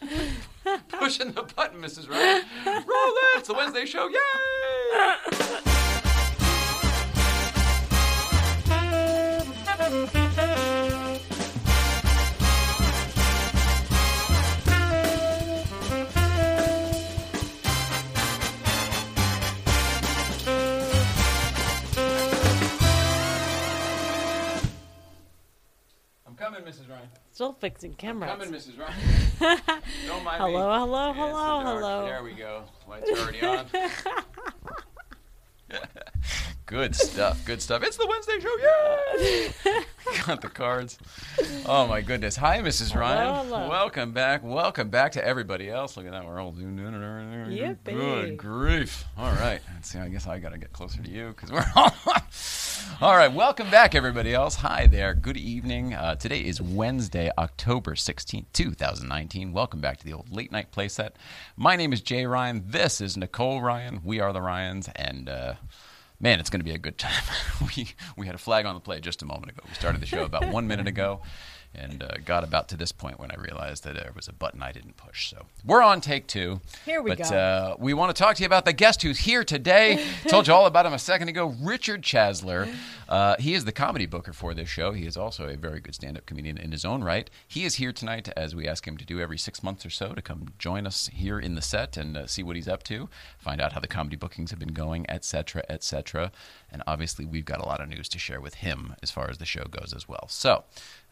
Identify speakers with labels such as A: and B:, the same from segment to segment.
A: pushing the button, Mrs. Ryan. Roll it! It's the Wednesday show. Yay! I'm coming, Mrs. Ryan.
B: Still fixing cameras.
A: Coming, Mrs. Ryan. Don't mind me.
B: Hello, hello,
A: It's the
B: Oh, hello,
A: dark-
B: hello.
A: There we go. Lights are already on. good stuff. Good stuff. It's the Wednesday show. Yay! Got the cards. Oh my goodness. Hi, Mrs. Ryan.
B: hello.
A: Welcome back. Welcome back to everybody else. Look at that. We're all doing it.
B: Yippee.
A: Good grief. All right. Let's see. I guess I got to get closer to you because we're all. All right, welcome back, everybody else. Hi there. Good evening. Uh, today is Wednesday, October 16th, 2019. Welcome back to the old late night playset. My name is Jay Ryan. This is Nicole Ryan. We are the Ryans, and uh, man, it's going to be a good time. we we had a flag on the play just a moment ago. We started the show about one minute ago, and uh, got about to this point when I realized that there was a button I didn't push. So we're on take two.
B: Here we
A: but,
B: go.
A: uh, we want to talk to you about the guest who's here today. Told you all about him a second ago, Richard Chasler. Uh, he is the comedy booker for this show. He is also a very good stand up comedian in his own right. He is here tonight, as we ask him to do every six months or so, to come join us here in the set and uh, see what he's up to, find out how the comedy bookings have been going, et cetera, et cetera. And obviously, we've got a lot of news to share with him as far as the show goes as well. So,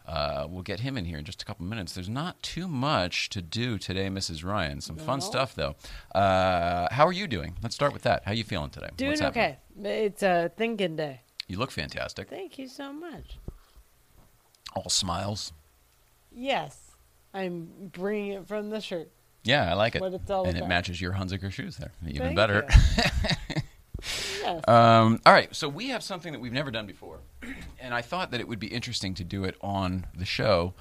A: uh, we'll get him in here in just a couple minutes. There's not too much to do today, Mrs. Ryan. Some fun stuff, though. Uh, how are you doing? Let's start with that. How you feeling today?
B: Doing
A: What's happening?
B: okay. It's a thinking day.
A: You look fantastic.
B: Thank you so much.
A: All smiles.
B: Yes, I'm bringing it from the shirt.
A: Yeah, I like it.
B: What it's all
A: and it
B: about.
A: matches your Hunziker shoes there. Even
B: Thank
A: better.
B: Yes.
A: Um, all right, so we have something that we've never done before, and I thought that it would be interesting to do it on the show,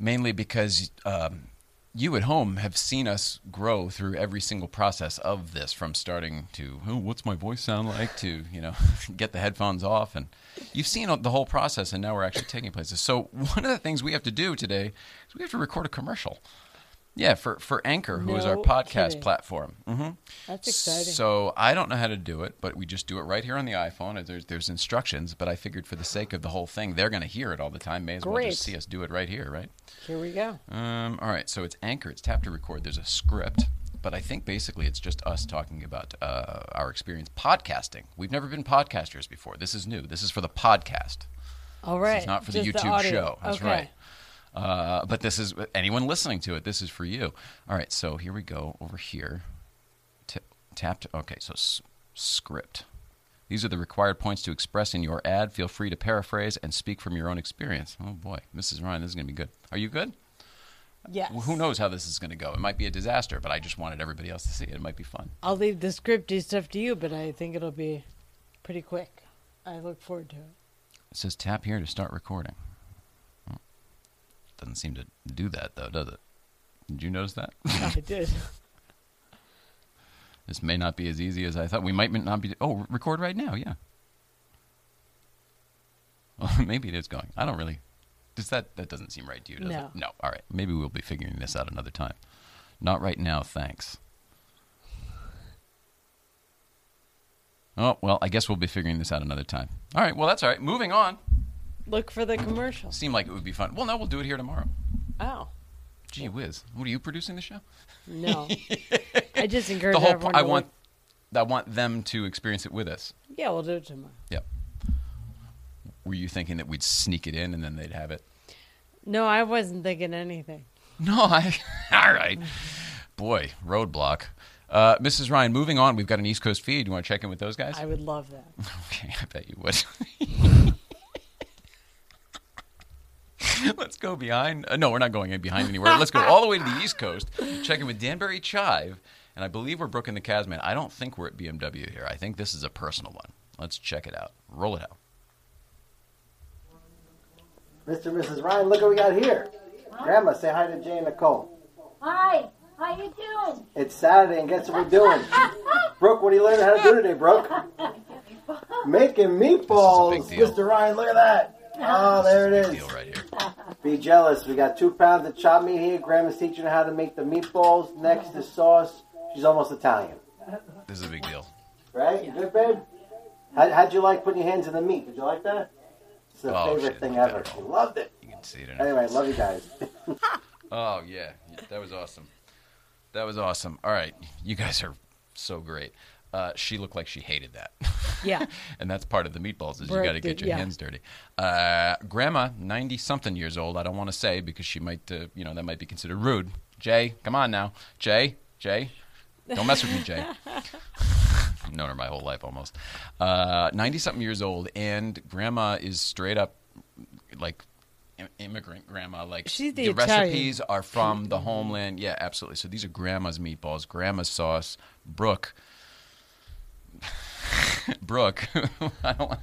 A: mainly because um, you at home have seen us grow through every single process of this, from starting to oh, what's my voice sound like to you know get the headphones off, and you've seen the whole process, and now we're actually taking places. So one of the things we have to do today is we have to record a commercial. Yeah, for, for Anchor, who is our
B: No
A: podcast
B: kidding.
A: platform. hmm
B: That's exciting.
A: so I don't know how to do it, but we just do it right here on the iPhone. and There's there's instructions, but I figured for the sake of the whole thing, they're going to hear it all the time. May as well
B: Great.
A: just see us do it right here, right?
B: Here we go.
A: Um, all right. So it's Anchor. It's tap to record. There's a script, but I think basically it's just us talking about uh, our experience podcasting. We've never been podcasters before. This is new. This is for the podcast.
B: All right.
A: This is not for the
B: just
A: YouTube
B: audio.
A: show. That's
B: okay.
A: right. Uh, but this is anyone listening to it. This is for you. All right. So here we go over here. T- tapped. Okay. So s- script. These are the required points to express in your ad. Feel free to paraphrase and speak from your own experience. Oh boy, Mrs. Ryan, this is going to be good. Are you good?
B: Yes.
A: Well, who knows how this is going to go? It might be a disaster, but I just wanted everybody else to see it. It might be fun.
B: I'll leave the scripty stuff to you, but I think it'll be pretty quick. I look forward to it.
A: It says tap here to start recording. Hmm. Doesn't seem to do that though, does it? Did you notice that?
B: I did.
A: This may not be as easy as I thought. We might not be. Oh, record right now. Yeah. Well, maybe it is going. I don't really. Does that that doesn't seem right to you? Does
B: No.
A: It? No. All right. Maybe we'll be figuring this out another time. Not right now, thanks. Oh well, I guess we'll be figuring this out another time. All right. Well, that's all right. Moving on.
B: Look for the commercial.
A: Seemed like it would be fun. Well, no, we'll do it here tomorrow.
B: Oh.
A: Gee whiz. What are you producing the show?
B: No. I just encourage
A: the whole.
B: everyone
A: po- I
B: to
A: want.
B: look-
A: I want them to experience it with us.
B: Yeah, we'll do it tomorrow.
A: Yep. Were you thinking that we'd sneak it in and then they'd have it?
B: No, I wasn't thinking anything.
A: No, I. All right. Boy, roadblock. Uh, Mrs. Ryan, moving on, we've got an East Coast feed. You want to check in with those guys?
B: I would love that.
A: Okay, I bet you would. Let's go behind. Uh, no, we're not going in behind anywhere. Let's go all the way to the East Coast. Check in with Danbury Chive, and I believe we're Brooke and the Casman. I don't think we're at BMW here. I think this is a personal one. Let's check it out. Roll it out.
C: Mr. and Mrs. Ryan, look what we got here. Grandma, say hi to Jay and Nicole.
D: Hi, how you doing?
C: It's Saturday, and guess what we're doing? Brooke, what are you learning how to do today, Brooke? Making meatballs.
A: This is a big deal.
C: Mr. Ryan, look at that. Oh, there it is.
A: Deal right here.
C: Be jealous. We got two pounds of chopped meat here. Grandma's teaching her how to make the meatballs. Next is sauce. She's almost Italian,
A: This is a big deal.
C: right? You Good, babe. How, how'd you like putting your hands in the meat? Did you like that? It's the
A: Oh,
C: favorite
A: she
C: thing
A: didn't like
C: ever.
A: that at
C: She
A: all.
C: loved it.
A: You can see it in her
C: Anyway, love you guys.
A: Oh yeah, that was awesome. That was awesome. All right, you guys are so great. Uh, she looked like she hated that,
B: Yeah.
A: and that's part of the meatballs is you
B: Broke
A: got to get
B: it,
A: your
B: yeah.
A: hands dirty. Uh, grandma, ninety something years old. I don't want to say because she might, uh, you know, that might be considered rude. Jay, come on now, Jay, Jay, don't mess with me, Jay. I've known her my whole life almost. Ninety something years old, and grandma is straight up like im- immigrant grandma. Like
B: She's the Italian.
A: recipes are from the homeland. Yeah, absolutely. So these are grandma's meatballs, grandma's sauce. Brooke, Brooke. I don't. want-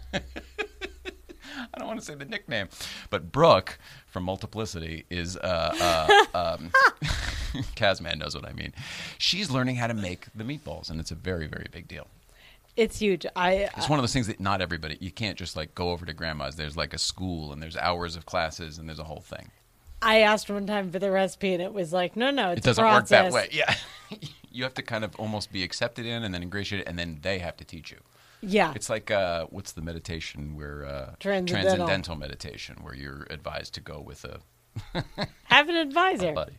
A: I don't want to say the nickname, but Brooke from Multiplicity is uh, uh, um, Kazman knows what I mean. She's learning how to make the meatballs, and it's a very, very big deal.
B: It's huge. I,
A: It's one of those things that not everybody. You can't just like go over to grandma's. There's like a school, and there's hours of classes, and there's a whole thing.
B: I asked one time for the recipe and it was like, no, no, it's
A: it doesn't
B: a
A: work that
B: process.
A: way. Yeah, you have to kind of almost be accepted in, and then ingratiated, and then they have to teach you.
B: Yeah.
A: It's like uh, what's the meditation where uh,
B: Transcendental.
A: transcendental meditation, where you're advised to go with a
B: Have an advisor.
A: buddy.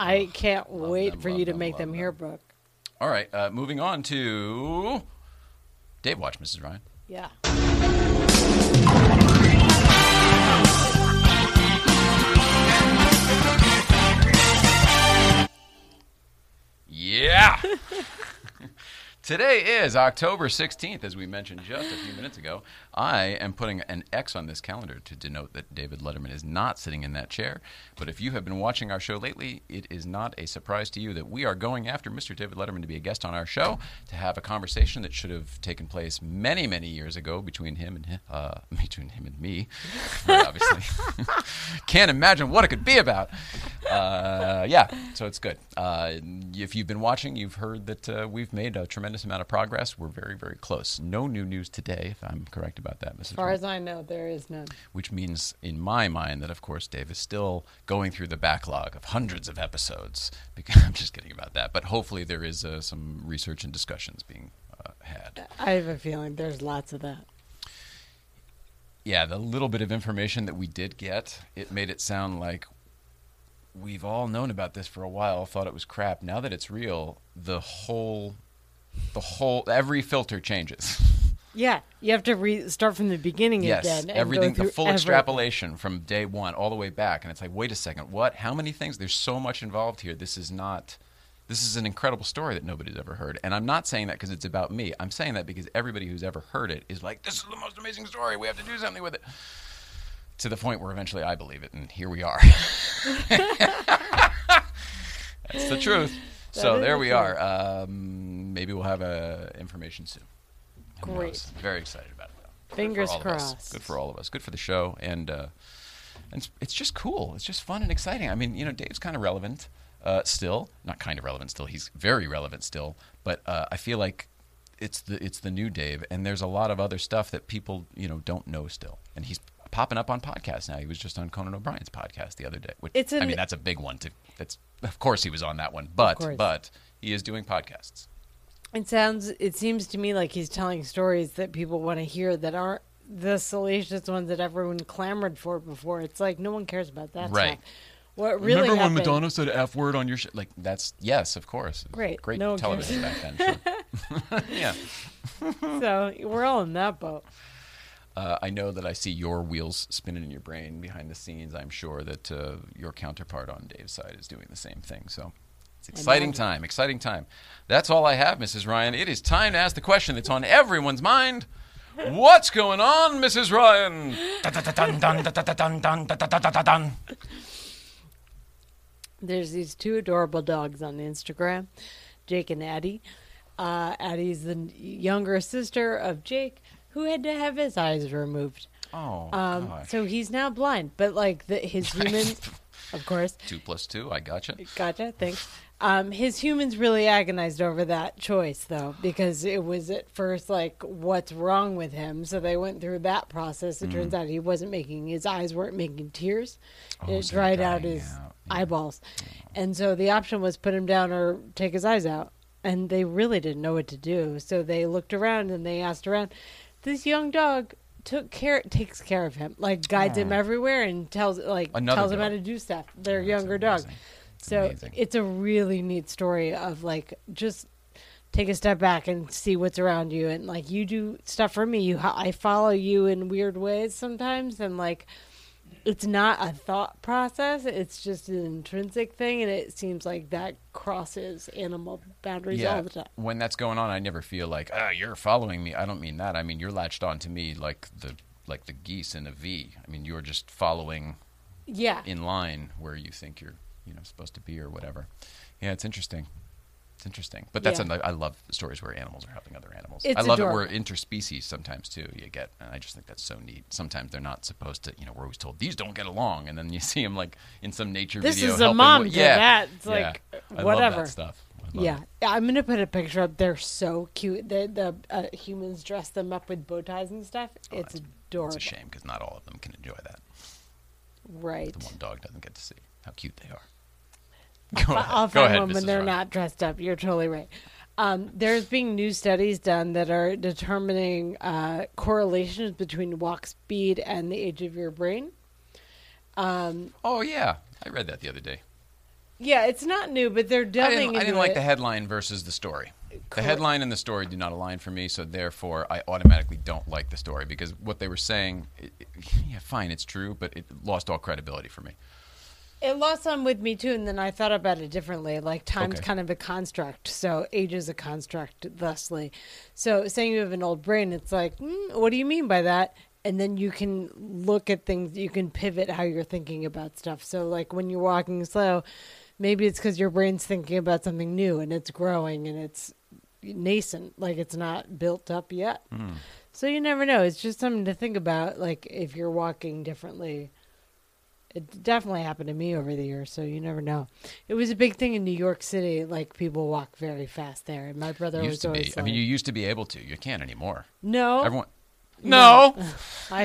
B: I can't wait
A: them,
B: for
A: love
B: you to
A: them,
B: make
A: love
B: them
A: them.
B: here, Brooke.
A: All right, uh, moving on to Dave Watch, Mrs. Ryan.
B: Yeah.
A: Yeah. Today is October 16th, as we mentioned just a few minutes ago. I am putting an X on this calendar to denote that David Letterman is not sitting in that chair. But if you have been watching our show lately, it is not a surprise to you that we are going after Mr. David Letterman to be a guest on our show to have a conversation that should have taken place many, many years ago between him and him, uh, between him and me, very obviously. Can't imagine what it could be about. Uh, yeah, so it's good. Uh, if you've been watching, you've heard that uh, we've made a tremendous amount of progress. We're very, very close. No new news today, if I'm correct about that, Mrs.
B: As far
A: Trump.
B: as I know, there is none.
A: Which means, in my mind, that of course Dave is still going through the backlog of hundreds of episodes. Because I'm just kidding about that, but hopefully there is uh, some research and discussions being uh, had.
B: I have a feeling there's lots of that.
A: yeah, the little bit of information that we did get, it made it sound like we've all known about this for a while, thought it was crap. Now that it's real, the whole the whole every filter changes.
B: Yeah, you have to re- start from the beginning
A: yes,
B: again. and go
A: everything the
B: through
A: full
B: every-
A: extrapolation from day 1 all the way back and it's like, "Wait a second, what? How many things? There's so much involved here. This is not this is an incredible story that nobody's ever heard. And I'm not saying that because it's about me. I'm saying that because everybody who's ever heard it is like, "This is the most amazing story. We have to do something with it." to the point where eventually I believe it, and here we are. That's the truth. so
B: is
A: there
B: the
A: we
B: truth.
A: are. Um, maybe we'll have uh, information soon. Who knows?
B: Great.
A: Very excited about it. Though. Good for
B: Fingers
A: all of us.
B: crossed.
A: Good for all of us. Good for the show, and uh, and it's, it's just cool. It's just fun and exciting. I mean, you know, Dave's kind of relevant uh, still. Not kind of relevant still. He's very relevant still. But uh, I feel like it's the it's the new Dave, and there's a lot of other stuff that people you know don't know still. And he's popping up on podcasts now. He was just on Conan O'Brien's podcast the other day. Which
B: It's
A: I
B: an-
A: mean, that's a big one. To that's of course he was on that one, but
B: course.
A: but he is doing podcasts.
B: It sounds. It seems to me like he's telling stories that people want to hear that aren't the salacious ones that everyone clamored for before. It's like no one cares about that.
A: Right.
B: Stuff. What really
A: Remember when
B: happened?
A: Madonna said F word on your show? Like that's yes, of course. It was
B: Great.
A: great
B: No one
A: television back then. sure. yeah,
B: So we're all in that boat.
A: uh, I know that I see your wheels spinning in your brain behind the scenes. I'm sure that uh, your counterpart on Dave's side is doing the same thing. So it's exciting
B: Imagine.
A: time, exciting time. That's all I have, Mrs. Ryan. It is time to ask the question that's on everyone's mind. What's going on, Mrs. Ryan?
B: There's these two adorable dogs on Instagram, Jake and Addie. Uh, Addie's the n- younger sister of Jake, who had to have his eyes removed.
A: Oh,
B: Um,
A: gosh.
B: so he's now blind, but like the, his humans, of course,
A: two plus two. I gotcha.
B: Gotcha. Thanks. Um, his humans really agonized over that choice, though, because it was at first like, what's wrong with him? So they went through that process. It turns out he wasn't making, his eyes weren't making tears.
A: Mm. Oh,
B: it
A: so
B: dried
A: they're
B: out
A: dying
B: his
A: out.
B: eyeballs. And so the option was put him down or take his eyes out. And they really didn't know what to do. So they looked around and they asked around. This young dog took care takes care of him, like guides him everywhere and tells like
A: Another
B: tells him how
A: dog.
B: to do stuff. Their
A: that's
B: younger dog.
A: amazing. That's
B: So
A: amazing.
B: it's a really neat story of like just take a step back and see what's around you and like you do stuff for me. You I follow you in weird ways sometimes and like it's not a thought process it's just an intrinsic thing and it seems like that crosses animal boundaries all the time
A: When that's going on, I never feel like, ah, you're following me. I don't mean that. I mean you're latched on to me like the like the geese in a V. I mean you're just following
B: yeah
A: in line where you think you're you know supposed to be or whatever. Yeah, it's interesting. It's interesting, but that's
B: Yeah.
A: another. I love stories where animals are helping other animals.
B: It's
A: I love it where
B: adorable.
A: interspecies sometimes too. You get, and I just think that's so neat. Sometimes they're not supposed to. You know, we're always told these don't get along, and then you see them like in some nature
B: This
A: video.
B: is a
A: helping
B: mom
A: one-
B: did
A: yeah,
B: that. It's
A: yeah.
B: like,
A: I love
B: whatever.
A: that stuff. I love
B: yeah
A: it.
B: i'm gonna put a picture up they're so cute the, the uh, humans dress them up with bow ties and stuff it's adorable
A: Oh, it's a shame because not all of them can enjoy that.
B: right
A: The one dog doesn't get to see how cute they are. Go
B: But
A: ahead.
B: I'll
A: Go
B: find
A: ahead,
B: one when
A: Mrs.
B: they're
A: Ryan.
B: not dressed up. You're totally right. Um, there's being new studies done that are determining uh, correlations between walk speed and the age of your brain.
A: Oh yeah, I read that the other day.
B: Yeah, it's not new, but they're
A: I
B: delving
A: didn't,
B: into
A: I didn't like
B: it.
A: the headline versus the story. The
B: Correct.
A: headline and the story do not align for me, so therefore I automatically don't like the story because what they were saying, it, it- yeah, fine, it's true, but it lost all credibility for me.
B: It lost some with me too, and then I thought about it differently. Like time's
A: Okay.
B: kind of a construct, so age is a construct, thusly. So saying you have an old brain, it's like, mm, what do you mean by that? And then you can look at things, you can pivot how you're thinking about stuff. So like when you're walking slow, maybe it's because your brain's thinking about something new and it's growing and it's nascent, like it's not built up yet. So you never know. It's just something to think about. Like if you're walking differently it definitely happened to me over the years, so you never know. It was a big thing in New York City. Like people walk very fast there, and my brother
A: used
B: was
A: to be.
B: always
A: I mean,
B: like,
A: you used to be able to. You can't anymore.
B: "No,
A: Everyone. No.
B: I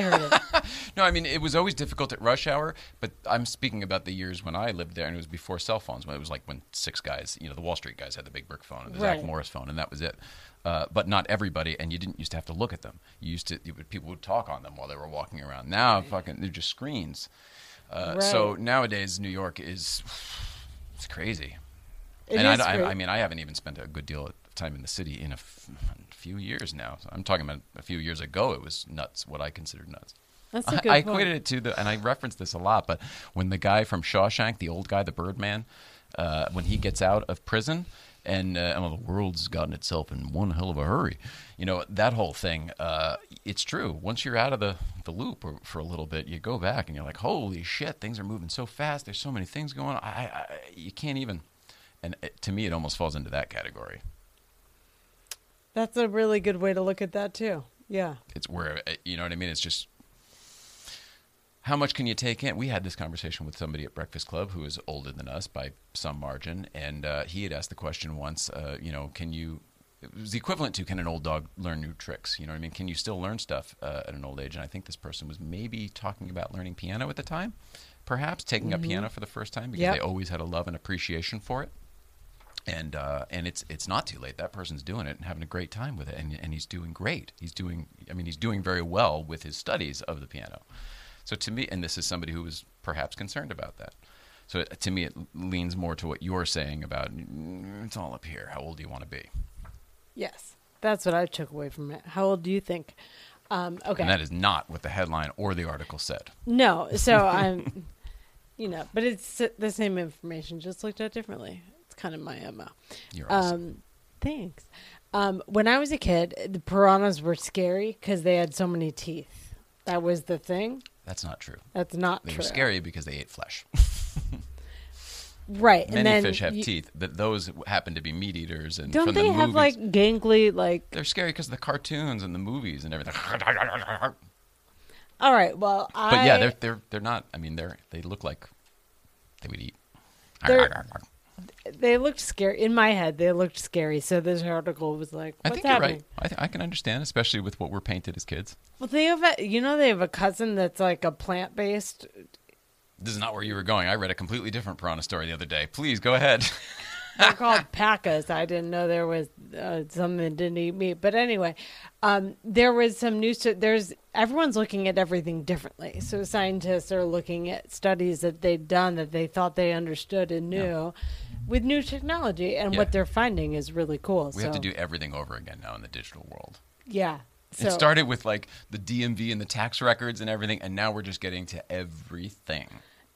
B: heard it."
A: No, I mean it was always difficult at rush hour, but I'm speaking about the years when I lived there, and it was before cell phones. When it was like when six guys, you know, the Wall Street guys had the big brick phone and the
B: Right.
A: Zach Morris phone, and that was it. Uh, but not everybody, and you didn't used to have to look at them. You used to you would, people would talk on them while they were walking around. Now, fucking, they're just screens. Uh, So
B: Right.
A: nowadays, New York is it's crazy.
B: It
A: and I,
B: is
A: don't- I-
B: great.
A: I mean, I haven't even spent a good deal of time in the city in a f- few years now. So I'm talking about a few years ago. It was nuts. What I considered nuts.
B: That's a
A: I
B: good
A: I
B: point.
A: equated it to the, and I referenced this a lot, but when the guy from Shawshank, the old guy, the Birdman, uh, when he gets out of prison, and uh, well, the world's gotten itself in one hell of a hurry, you know that whole thing. Uh, it's true. Once you're out of the the loop or, for a little bit, you go back and you're like, holy shit, things are moving so fast. There's so many things going on. I, I you can't even. And it, to me, it almost falls into that category.
B: That's a really good way to look at that too. Yeah,
A: it's where uh, you know what I mean. It's just how much can you take in? We had this conversation with somebody at Breakfast Club who is older than us by some margin, and uh, he had asked the question once. Uh, you know, can you? It was the equivalent to can an old dog learn new tricks? You know what I mean? Can you still learn stuff uh, at an old age? And I think this person was maybe talking about learning piano at the time, perhaps taking up piano for the first time because
B: Yep.
A: they always had a love and appreciation for it and uh, and it's it's not too late. That person's doing it and having a great time with it, and and he's doing great. He's doing, I mean, he's doing very well with his studies of the piano. So to me, and this is somebody who was perhaps concerned about that. So it- to me, it leans more to what you're saying about mm, it's all up here. How old do you want to be?
B: yes, that's what I took away from it. How old do you think? Um, okay,
A: And that is not what the headline or the article said.
B: no. So I'm, you know, but it's the same information, just looked at differently. It's kind of my mo.
A: You're awesome.
B: Um, thanks. Um, when I was a kid, the piranhas were scary because they had so many teeth. That was the thing.
A: That's not true.
B: That's not
A: They
B: true.
A: were scary because they ate flesh.
B: right? and
A: Many
B: then
A: fish have
B: you-
A: teeth, but those happen to be meat eaters. And
B: Don't
A: from
B: they
A: the
B: have
A: movies-
B: like gangly like?
A: They're scary because the cartoons and the movies and everything.
B: All right. Well, I.
A: But yeah, they're they're they're not. I mean, they're they look like they would eat.
B: They're- they looked scary in my head. They looked scary. So this article was like,
A: I
B: "What's
A: think
B: happening?"
A: you're right. I, th- I can understand, especially with what we're painted as kids.
B: Well, they have a, you know they have a cousin that's like a plant based.
A: This is not where you were going. I read a completely different piranha story the other day. Please go ahead.
B: They're called pacas. I didn't know there was uh, something that didn't eat meat. But anyway, um, there was some new. stu- There's everyone's looking at everything differently. So scientists are looking at studies that they've done that they thought they understood and knew, with new technology, and
A: Yeah.
B: what they're finding is really cool.
A: we
B: so,
A: have to do everything over again now in the digital world.
B: yeah. So
A: it started with like the DMV and the tax records and everything, and now we're just getting to everything.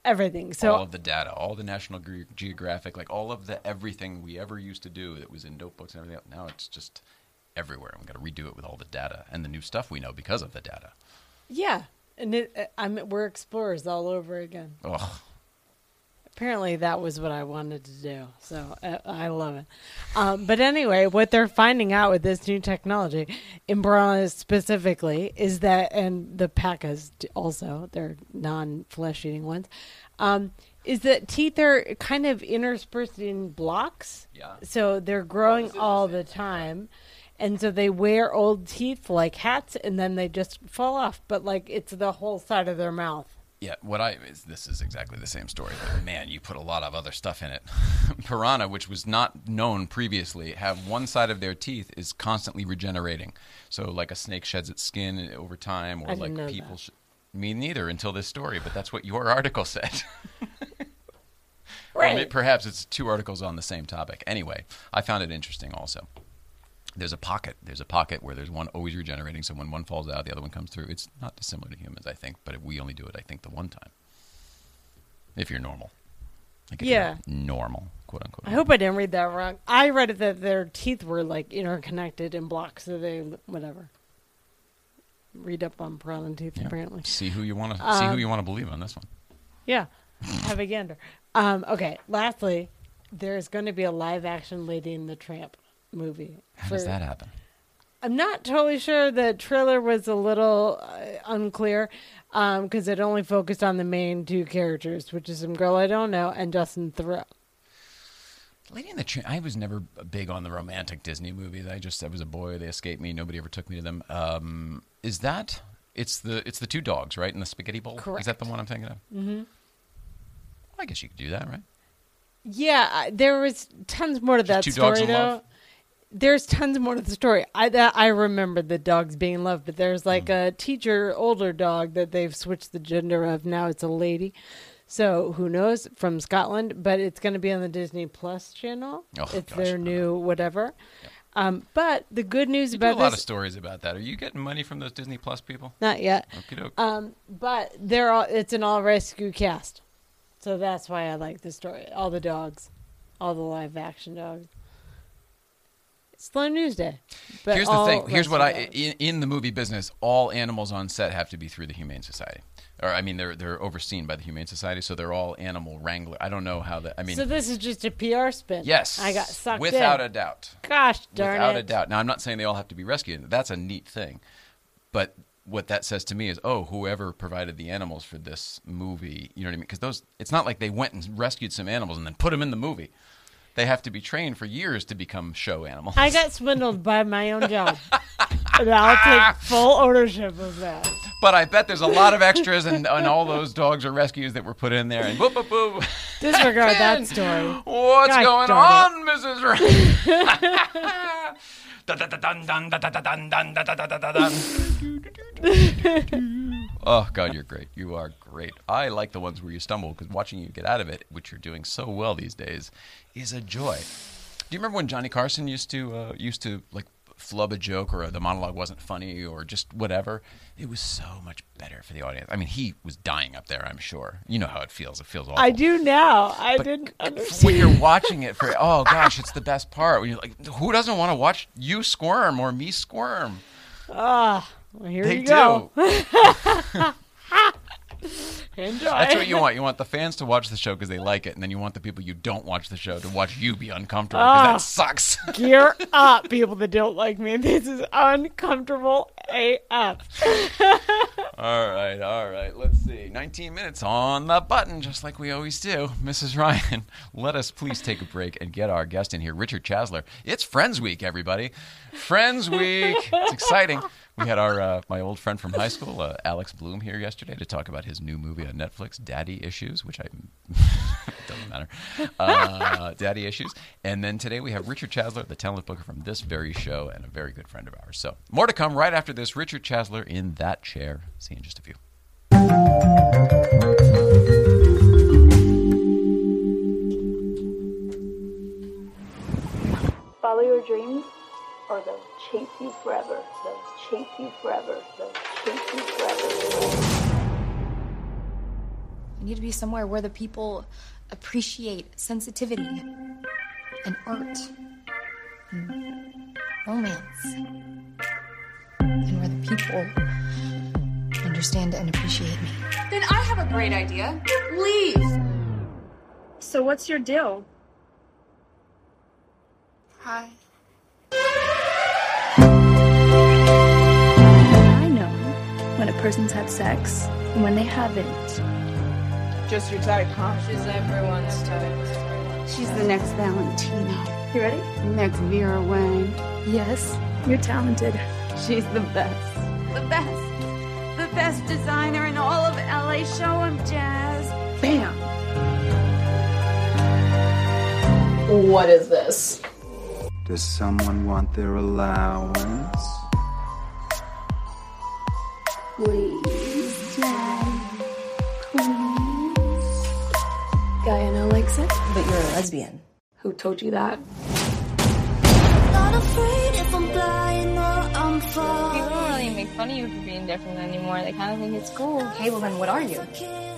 B: everything. So
A: all of the data, all the National Ge- Geographic, like all of the everything we ever used to do that was in notebooks and everything. else. Now it's just everywhere. I'm going to redo it with all the data and the new stuff we know because of the data.
B: yeah, and it, I mean, we're explorers all over again.
A: Oh,
B: Apparently, that was what I wanted to do. So uh, I love it. Um, but anyway, what they're finding out with this new technology, in piranhas specifically, is that, and the pacas d- also, they're non flesh eating ones, um, is that teeth are kind of interspersed in blocks.
A: Yeah.
B: So they're growing all the time. And so they wear old teeth like hats and then they just fall off. But like it's the whole side of their mouth.
A: yeah. What I is this is exactly the same story, but man, you put a lot of other stuff in it. Piranha, which was not known previously, have one side of their teeth is constantly regenerating. So like a snake sheds its skin over time, or
B: I
A: like
B: didn't know
A: people.
B: that.
A: Sh- me neither until this story, but that's what your article said. Or may- perhaps it's two articles on the same topic. Anyway, I found it interesting also. There's a pocket. There's a pocket where there's one always regenerating. So when one falls out, the other one comes through. It's not dissimilar to humans, I think, but we only do it, I think, the one time. If you're normal. Like if
B: Yeah.
A: You're normal, quote unquote.
B: I hope I didn't read that wrong. I read it that their teeth were like interconnected in blocks, so they whatever. Read up on piranha teeth
A: Yeah.
B: apparently.
A: See who you want to see
B: Um,
A: who you want to believe on this one.
B: Yeah, have a gander. Um, okay. Lastly, there's going to be a live-action Lady in the Tramp movie.
A: How does
B: for-
A: that happen?
B: I'm not totally sure. The trailer was a little uh, unclear because it only focused on the main two characters, which is some girl I don't know and Justin Thoreau.
A: Lady in the Tramp. I was never big on the romantic Disney movies. I just I was a boy. They escaped me. Nobody ever took me to them. Um, is that? It's the it's the two dogs right in the spaghetti bowl. Is that the
B: Correct.
A: one I'm thinking of? Mm-hmm. I guess you could do that, right?
B: Yeah, I- there was tons more to that
A: Just two
B: story
A: dogs in
B: though.
A: love?
B: There's tons more to the story. I that, I remember the dogs being in love, but
A: Hmm.
B: there's like a teacher older dog that they've switched the gender of. Now it's a lady. So who knows from Scotland, but it's going to be on the Disney Plus channel.
A: Oh,
B: it's
A: gosh, I
B: their
A: know.
B: new whatever. Um, but the good news
A: There's
B: about
A: a lot of
B: this
A: stories about that. Are you getting money from those Disney Plus people?
B: not yet.
A: Okey-doke.
B: Um, but they're all it's an all rescue cast. So that's why I like the story. All the dogs. All the live action dogs. Slow news day. But
A: Here's the
B: all
A: thing. Here's what I e-
B: rescue dogs.
A: in, in the movie business, all animals on set have to be through the Humane Society, or I mean, they're they're overseen by the Humane Society, so they're all animal wrangler. I don't know how that. I mean,
B: so this is just a PR spin.
A: yes,
B: I got sucked
A: without
B: in.
A: a doubt.
B: gosh darn
A: without
B: it.
A: a doubt. Now, I'm not saying they all have to be rescued. That's a neat thing. But what that says to me is, oh, whoever provided the animals for this movie, you know what I mean? Because those, it's not like they went and rescued some animals and then put them in the movie. They have to be trained for years to become show animals.
B: I got swindled by my own job. and I'll take full ownership of that.
A: but I bet there's a lot of extras and, and all those dogs are rescues that were put in there. And boop, boop, boop. Ben,
B: Disregard that story.
A: What's
B: God
A: going
B: darn
A: on, Mrs. Ra- Dun, dun, dun, dun, dun, dun, dun, dun, dun, dun, dun, dun, dun. Oh God, you're great. You are great. I like the ones where you stumble because watching you get out of it, which you're doing so well these days, is a joy. Do you remember when Johnny Carson used to uh, used to like flub a joke or the monologue wasn't funny or just whatever? It was so much better for the audience. I mean, he was dying up there. I'm sure. You know how it feels. It feels awful
B: I do now. I
A: But
B: didn't understand.
A: when you're watching it for oh gosh, it's the best part. When you're like, who doesn't want to watch you squirm or me squirm?
B: Ah, well, here
A: they
B: you
A: do.
B: go. Enjoy.
A: That's what you want. You want the fans to watch the show because they like it, and then you want the people you don't watch the show to watch you be uncomfortable because
B: Ah.
A: that sucks.
B: gear up, people that don't like me. This is uncomfortable AF.
A: All right, all right. Let's see. 19 minutes on the button, just like we always do. Mrs. Ryan, let us please take a break and get our guest in here, Richard Chasler. It's Friends Week, everybody. Friends Week. It's exciting. We had our uh, my old friend from high school, uh, Alex Bloom, here yesterday to talk about his new movie on Netflix, Daddy Issues, which I doesn't matter. Uh, Daddy Issues, and then today we have Richard Chasler, the talent booker from this very show, and a very good friend of ours. So more to come right after this. Richard Chasler in that chair. See you in just a few.
E: Follow your dreams, or they'll chase you forever. They'll chase you forever. They'll chase you forever.
F: We need to be somewhere where the people appreciate sensitivity and art and romance. And where the people understand and appreciate me.
G: Then I have a great idea. Leave.
H: So what's your deal?
G: Hi.
E: I know when a person's had sex and when they haven't.
H: Just your type, huh?
I: She's the next Valentina,
E: You ready?
I: next Vera Wang.
F: Yes.
E: You're talented.
I: She's the best. The best. The best designer in all of LA. Show him, Jazz.
E: Bam.
H: What is this?
J: Does someone want their allowance?
E: Please, Dad. Please. Guyana likes it.
K: But you're a lesbian.
E: Who told you that?
G: Not afraid if I'm blind or I'm
H: People really make fun of you for being different anymore. They kind of think it's cool.
K: Okay, well then what are you?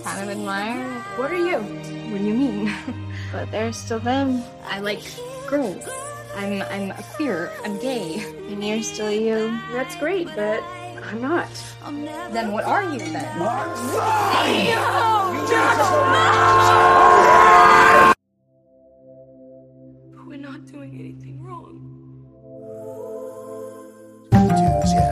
H: Kind of admire.
K: What are you? What do you mean?
H: But they're still them.
K: I like girls. I'm I'm a queer. I'm gay.
H: And you're still you.
E: Um, That's great, but I'm not.
K: Then what are you then?
E: We're not doing anything wrong.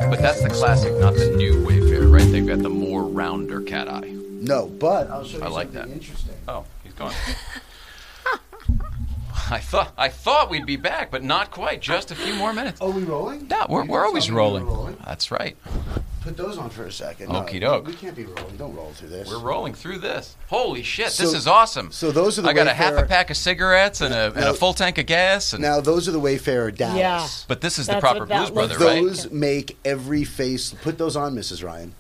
A: But that's the classic, not the new Wayfair, right? They've got the more rounder cat eye.
J: No, but I'll show you
A: I like
J: something
A: that.
J: interesting.
A: Oh, he's gone. I thought I thought we'd be back, but not quite. Just a few more minutes.
J: Are we rolling?
A: No, we're,
J: You
A: we're
J: didn't
A: always
J: tell me we were
A: rolling. That's right.
J: Put those on for a second.
A: Okey doke.
J: We can't be rolling. Don't roll through this.
A: We're rolling through this. Holy shit, this
J: So-
A: is awesome.
J: so those are the
A: I got a
J: Wayfair-
A: half a pack of cigarettes and a, and
J: Now-
A: a full tank of gas. And,
J: now, those are the Wayfarer Dallas.
A: but this is the
B: That's
A: proper
B: what that
A: Blues Brother,
B: looks
A: right?
J: Those make every face. Put those on, Mrs. Ryan.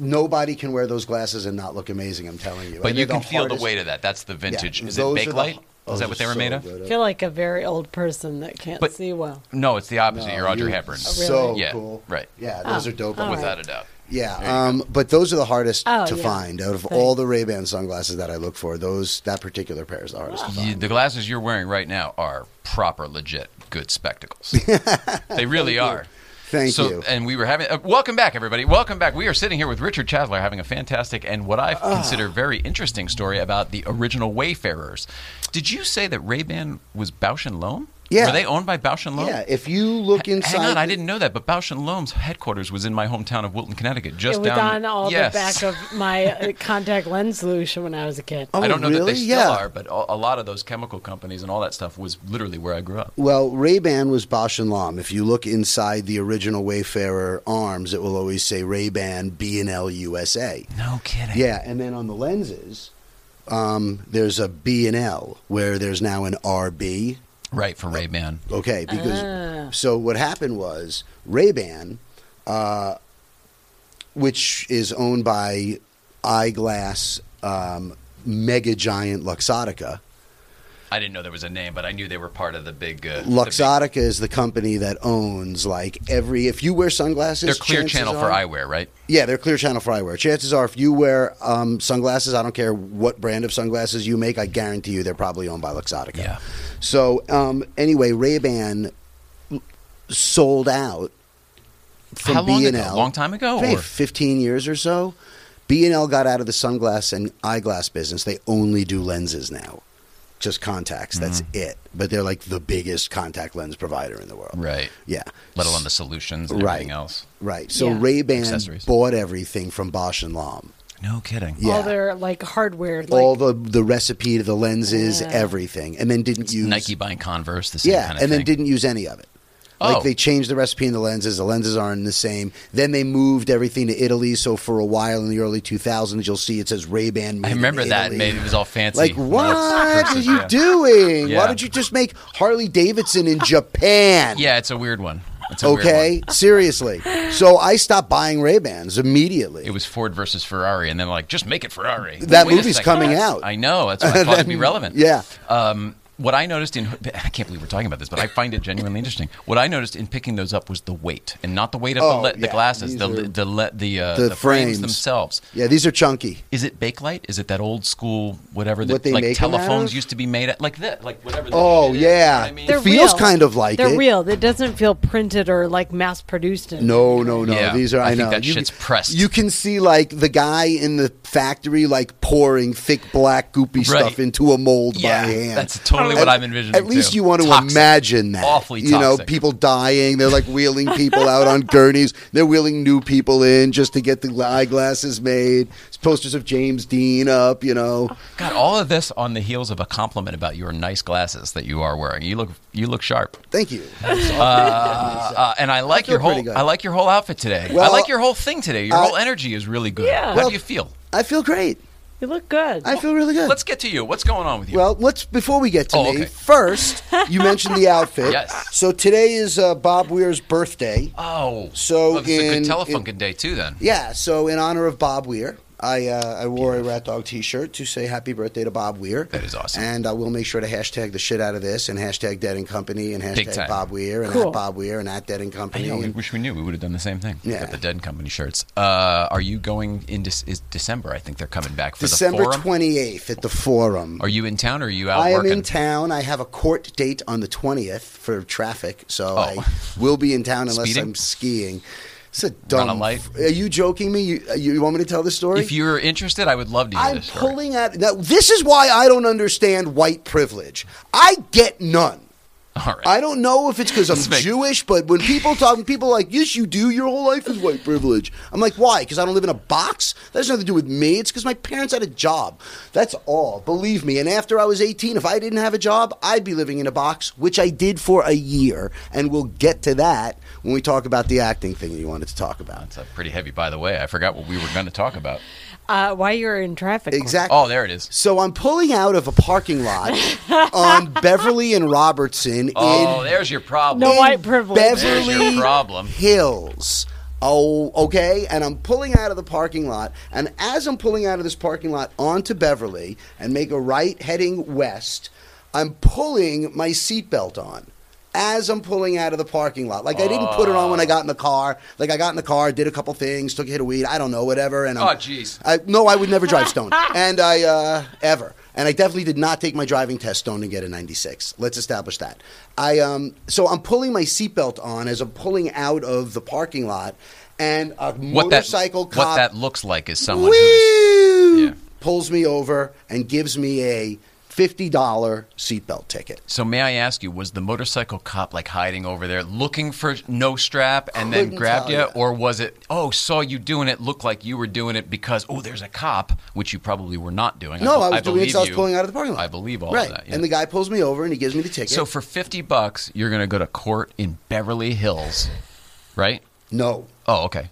J: Nobody can wear those glasses and not look amazing. I'm telling you.
A: But
J: And
A: you
J: they're
A: can
J: the
A: feel the
J: hardest-
A: weight of that. That's the vintage.
J: Yeah,
A: is it
J: those are the-
A: Bakelite? is
J: those
A: that what
J: are
A: they were
J: so
A: made of?
J: good.
B: I feel like a very old person that can't
A: But-
B: see well.
A: No, it's the opposite.
B: Oh.
A: You're Audrey
J: You're
A: Hepburn.
J: So
A: Yeah,
J: cool.
A: right.
J: Yeah, those are dope.
B: all
J: ones.
A: Without a doubt.
J: Yeah, um, but those are the hardest
B: Oh,
J: to
B: yeah.
J: find out of
B: Thanks.
J: all the Ray Ban sunglasses that I look for. Those that particular pair is the hardest to
A: You-
J: find.
A: the glasses you're wearing right now are proper, legit, good spectacles. they really are.
J: Thank
A: so,
J: you.
A: and we were having. Uh, welcome back, everybody. Welcome back. We are sitting here with Richard Chadler, having a fantastic and what I
J: Ah.
A: consider very interesting story about the original Wayfarers. Did you say that Ray Ban was Bausch and Loam?
J: Yeah.
A: Were they owned by Bausch and Loam?
J: yeah, if you look inside,
A: Hang on, I didn't know that, but Bausch and Loam's headquarters was in my hometown of Wilton, Connecticut, just
B: it was
A: down
B: on all
A: yes.
B: the back of my uh, contact lens solution when I was a kid.
J: Oh,
A: I don't know
J: really?
A: that they still
J: yeah.
A: are, but a, a lot of those chemical companies and all that stuff was literally where I grew up.
J: Well, Ray Ban was Bosch and Lom. If you look inside the original Wayfarer arms, it will always say Ray Ban B and L USA.
A: No kidding.
J: Yeah, and then on the lenses, um, there's a B and L where there's now an RB
A: Right for Ray Ban.
J: Okay, because so what happened was Ray Ban, uh, which is owned by Eyeglass um, mega giant Luxottica.
A: I didn't know there was a name, but I knew they were part of the big uh, the big-
J: Luxottica is the company that owns like every. If you wear sunglasses,
A: They're clear
J: chances
A: channel for
J: are-
A: eyewear, right?
J: Yeah, they're clear channel for eyewear. Chances are, if you wear um, sunglasses, I don't care what brand of sunglasses you make, I guarantee you they're probably owned by Luxottica.
A: Yeah.
J: So um, anyway, Ray Ban sold out from
A: How long
J: B&L.
A: ago? Long time ago,
J: Maybe
A: or-
J: fifteen years or so. B and L got out of the sunglass and eyeglass business. They only do lenses now. just contacts. That's
A: Mhm.
J: it. But they're like the biggest contact lens provider in the world.
A: Right.
J: Yeah.
A: Let alone the solutions and
J: Right.
A: everything else.
J: Right. So
B: Yeah.
J: Ray Ban
A: Accessories.
J: bought everything from Bosch and Lom.
A: No kidding.
J: Yeah.
B: all their like hardware. Like,
J: all the the recipe to the lenses,
B: Yeah.
J: everything, and then didn't use
A: Nike buying Converse, the same
J: yeah,
A: kind of
J: and then
A: thing.
J: didn't use any of it.
A: Oh.
J: Like they changed the recipe and the lenses. The lenses aren't the same. Then they moved everything to Italy. So for a while in the early 2000s, you'll see it says Ray Ban.
A: I remember that. Made, it was all fancy.
J: Like what are
A: curses,
J: you
A: yeah.
J: doing?
A: Yeah.
J: Why don't you just make Harley Davidson in Japan?
A: Yeah, it's a weird one. It's a weird
J: okay, seriously. So I stopped buying Ray Bans immediately.
A: It was Ford versus Ferrari, and then like just make it Ferrari.
J: That
A: Wait a
J: movie's
A: second.
J: coming out.
A: I know that's what I thought would be
J: Then-
A: relevant.
J: yeah.
A: Um, what I noticed in I can't believe we're talking about this, but I find it genuinely interesting. What I noticed in picking those up was the weight, and not the weight of
J: Oh,
A: the, le- the
J: yeah.
A: glasses,
J: These
A: the
J: are-
A: the le- the, uh,
J: the
A: the frames
J: frames.
A: themselves.
J: Yeah, these are chunky.
A: Is it Bakelite? Is it that old school whatever that
J: What they
A: like
J: make 'em out
A: telephones
J: of?
A: used to be made at, like that, like whatever. that
J: Oh
A: shit is,
J: yeah,
A: you know what I mean?
J: it feels kind of like
B: they're
J: it.
B: real. It doesn't feel printed or like mass produced.
J: No, no, no.
A: Yeah,
J: These are. I,
A: I think
J: know.
A: that shit's pressed.
J: You can see like the guy in the factory like pouring thick black goopy stuff
A: Right.
J: into a mold
A: Yeah,
J: by hand.
A: that's totally what
J: At-
A: I'm envisioning,
J: At least
A: too.
J: you want to
A: Toxic.
J: imagine that.
A: Awfully
J: You know,
A: toxic.
J: people dying. They're like wheeling people out on gurneys. They're wheeling new people in just to get the eyeglasses made. There's posters of James Dean up. You know.
A: God, all of this on the heels of a compliment about your nice glasses that you are wearing. You look you look sharp.
J: Thank you.
A: Uh, uh, and I like
J: feel
A: your
J: pretty
A: whole
J: good.
A: I like your whole outfit today. I
J: Well,
A: like your whole thing today. Your
J: I-
A: whole energy is really good.
B: Yeah.
A: How
J: Well,
A: do you feel?
J: I feel great.
B: You look good.
J: I feel really good.
A: Let's get to you. What's going on with you?
J: Well, let's before we get to
A: Oh,
J: me
A: okay.
J: first. You mentioned the outfit.
A: Yes.
J: So today is uh, Bob Weir's birthday.
A: oh,
J: So
A: oh, this is a
J: in-
A: good telefunken day too. Then
J: Yeah. So in honor of Bob Weir, I uh, I wore a Rat Dog T-shirt to say Happy Birthday to Bob Weir.
A: that is awesome.
J: And I will make sure to hashtag the shit out of this and hashtag Dead and Company and
A: Big
J: hashtag
A: time.
J: Bob Weir and
B: Cool.
J: at Bob Weir and at Dead and
A: I
J: Company.
A: know. We
J: and-
A: wish we knew. We would have done the same thing.
J: Yeah.
A: Got the Dead and Company shirts. Uh, are you going in Dec- is December? I think they're coming back for
J: December
A: the forum.
J: twenty eighth at the Forum.
A: Are you in town or are you out
J: I am
A: working?
J: in town. I have a court date on the 20th for traffic, so
A: Oh.
J: I will be in town unless
A: Speeding?
J: I'm skiing. It's a dumb.
A: a light?
J: Are you joking me? You, uh, you want me to tell the story?
A: if you're interested, I would love to hear
J: I'm
A: this story.
J: pulling out. Now, this is why I don't understand white privilege. I get none.
A: All right.
J: I don't know if it's because I'm
A: Let's make-
J: Jewish, but when people talk, when people are like, yes, you do. Your whole life is white privilege. I'm like, why? Because I don't live in a box. That has nothing to do with me. It's because my parents had a job. That's all. Believe me. And after I was 18, if I didn't have a job, I'd be living in a box, which I did for a year. And we'll get to that when we talk about the acting thing you wanted to talk about.
A: It's uh, pretty heavy, by the way. I forgot what we were going to talk about.
B: Uh, why you're in traffic?
J: Exactly.
A: Oh, there it is.
J: So I'm pulling out of a parking lot on Beverly and Robertson
A: Oh,
J: in
A: there's your problem.
B: No,
J: in
B: white privilege.
A: There's your
J: Beverly
A: problem.
J: Hills. Oh, okay. And I'm pulling out of the parking lot, and as I'm pulling out of this parking lot onto Beverly and make a right heading west, I'm pulling my seatbelt on. As I'm pulling out of the parking lot, like I didn't put it on when I got in the car. Like I got in the car, did a couple things, took a hit of weed, I don't know, whatever. And I'm,
A: Oh, jeez.
J: I, no, I would never drive stoned, and I uh, ever, and I definitely did not take my driving test stoned and get a 96. Let's establish that. I um, so I'm pulling my seatbelt on as I'm pulling out of the parking lot, and a
A: What that,
J: motorcycle cop
A: what that looks like is someone
J: whee-
A: Yeah.
J: pulls me over and gives me a fifty dollar seatbelt ticket.
A: who's. So, may I ask you, was the motorcycle cop like hiding over there looking for no strap and then
J: Couldn't
A: grabbed
J: tell
A: you?
J: ya.
A: Or was it, oh, saw you doing it, looked like you were doing it because, oh, there's a cop, which you probably were not doing?
J: No,
A: be-
J: I was doing it
A: believe
J: because I was
A: you.
J: pulling out of the parking lot.
A: I believe all
J: right.
A: of that. yeah.
J: And the guy pulls me over and he gives me the ticket.
A: so, for 50 bucks, you're going to go to court in Beverly Hills, right?
J: no,
A: Oh, okay.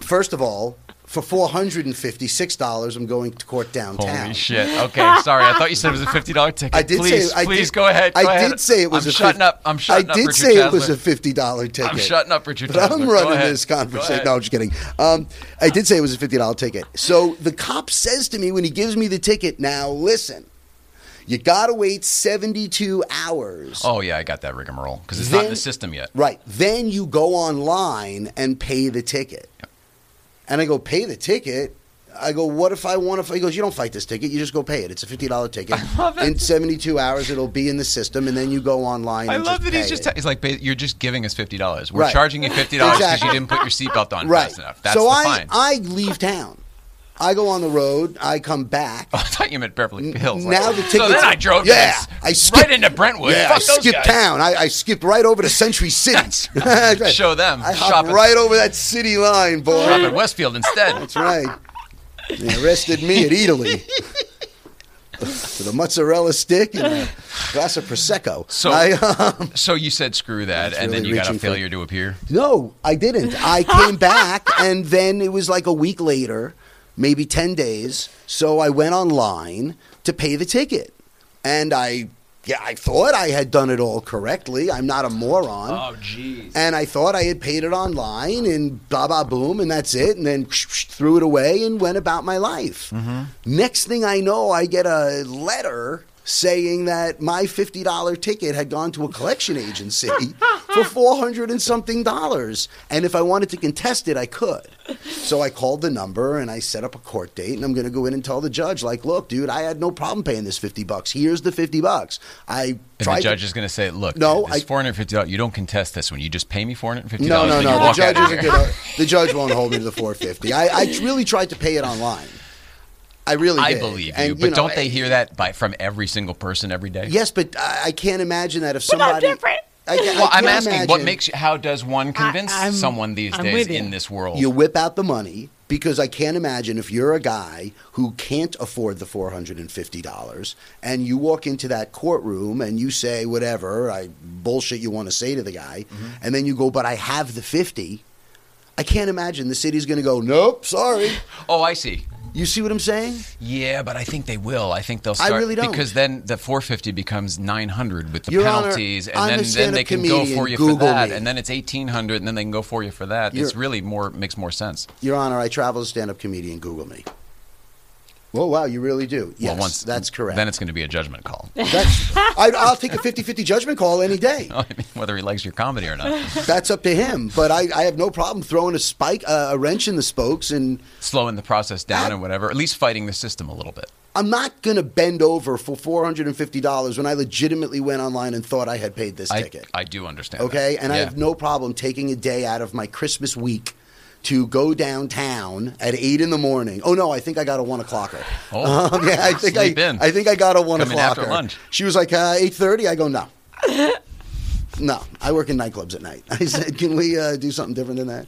J: First of all, for four hundred and fifty-six dollars, I'm going to court
A: Holy
J: downtown.
A: shit. Okay, sorry. I thought you said it was a $50 ticket.
J: I did
A: please,
J: say. I
A: please
J: did,
A: go ahead.
J: I
A: go ahead.
J: did say it was.
A: I'm
J: a
A: shutting
J: 50
A: up. I'm shutting
J: I
A: up.
J: did
A: Richard
J: say it was
A: Chasler.
J: a fifty-dollar ticket.
A: shutting up, Richard
J: But
A: Chasler.
J: I'm
A: Go
J: running
A: ahead.
J: this
A: Go
J: conversation.
A: ahead.
J: No, I'm just kidding. Um, I did say it was a fifty-dollar ticket. So the cop says to me when he gives me the ticket, "Now listen, you got to wait seventy-two hours."
A: Oh yeah, I got that rigmarole because it's not in
J: Then-
A: the system yet.
J: Right. Then you go online and pay the ticket. And I go, pay the ticket? I go, what if I want to? He goes, you don't fight this ticket. You just go pay it. It's a $50 ticket. In 72 hours, it'll be in the system, and then you go online.
A: I
J: and
A: love that he's
J: pay
A: just
J: it.
A: ta- he's like "Ba- you're just giving us fifty dollars. We're
J: Right.
A: charging you fifty dollars because
J: Exactly.
A: you didn't put your seatbelt on
J: right.
A: fast enough. That's
J: so
A: the
J: I,
A: fine.
J: I leave town. I go on the road. I come back.
A: I thought you meant Beverly Hills.
J: now the tickets.
A: So then I drove.
J: Yeah,
A: this
J: I skipped,
A: right into Brentwood.
J: Yeah,
A: Fuck
J: I
A: those
J: skipped
A: guys.
J: town. I, I skipped right over to Century City. That's right.
A: Show them.
J: I hopped
A: Shop at-
J: right over that city line, boy.
A: Shop at Westfield instead.
J: That's right. They arrested me at Italy with a mozzarella stick and a glass of prosecco.
A: So,
J: I, um,
A: so you said screw that,
J: That's
A: and then
J: really
A: you got a
J: reaching for-
A: failure to appear.
J: No, I didn't. I came back, and then it was like a week later, maybe 10 days. So I went online to pay the ticket. And I. Yeah, I thought I had done it all correctly. I'm not a moron.
A: Oh, jeez.
J: And I thought I had paid it online and blah, blah, boom, and that's it. And then threw it away and went about my life.
A: Mm-hmm.
J: Next thing I know, I get a letter saying that my $50 ticket had gone to a collection agency for 400 and something dollars. And if I wanted to contest it, I could. So I called the number and I set up a court date and I'm going to go in and tell the judge like, "Look, dude, I had no problem paying this 50 bucks. Here's the 50 bucks." I
A: And
J: tried
A: the
J: to-
A: judge is going to say, "Look,
J: No,
A: no, this
J: I-
A: four hundred fifty dollars. You don't contest this one. You just pay me four hundred fifty
J: No,
A: dollars.
J: no,
A: and you
J: no. The
A: walk out
J: judge
A: of
J: isn't
A: here."
J: gonna, the judge won't hold me to the 450. I, I really tried to pay it online. I really
A: I
J: did.
A: believe you,
J: And,
A: but
J: know,
A: don't
J: I-
A: they hear that by from every single person every day?
J: Yes, but I, I can't imagine that if somebody. I,
A: Well, I'm
J: can't
A: asking, what
J: imagine-
A: makes you? How does one convince
J: I'm-
A: someone these
J: I'm
A: days
J: with you.
A: in this world?
J: You whip out the money because I can't imagine if you're a guy who can't afford the four hundred and fifty dollars, and you walk into that courtroom and you say whatever I bullshit you want to say to the guy,
A: Mm-hmm.
J: and then you go, "But I have the 50 I can't imagine the city's going to go, "Nope, sorry."
A: oh, I see.
J: You see what I'm saying?
A: Yeah, but I think they will. I think they'll
J: I
A: start
J: really don't.
A: because then the 450 becomes 900 with the
J: Your Honor,
A: penalties,
J: I'm a
A: and then, then
J: stand-up
A: they can go
J: comedian.
A: for you
J: Google
A: for that,
J: me.
A: and then it's 1800, and then they can go for you for that. it's
J: You're-
A: really more makes more sense.
J: Your Honor, I travel as a stand-up comedian. Google me. Oh wow, you really do. Yes,
A: well, once
J: that's correct.
A: Then it's going to be a judgment call,
J: That's, I, I'll take a 50-50 judgment call any day.
A: I mean, whether he likes your comedy or not.
J: That's up to him. But I, I have no problem throwing a spike, uh, a wrench in the spokes, and
A: Slowing the process down and whatever, at least fighting the system a little bit.
J: I'm not going to bend over for four hundred and fifty dollars when I legitimately went online and thought I had paid this
A: I,
J: ticket.
A: I do understand. that.
J: Okay, and I
A: Yeah.
J: have no problem taking a day out of my Christmas week to go downtown at eight in the morning. Oh no, I think I got a one o'clocker.
A: Oh.
J: yeah, I think
A: Sleep
J: I,
A: in.
J: I think I got a one
A: Come in
J: o'clocker.
A: after lunch.
J: She was like uh, eight thirty. I go no. No, I work in nightclubs at night. I said, "Can we uh, do something different than that?"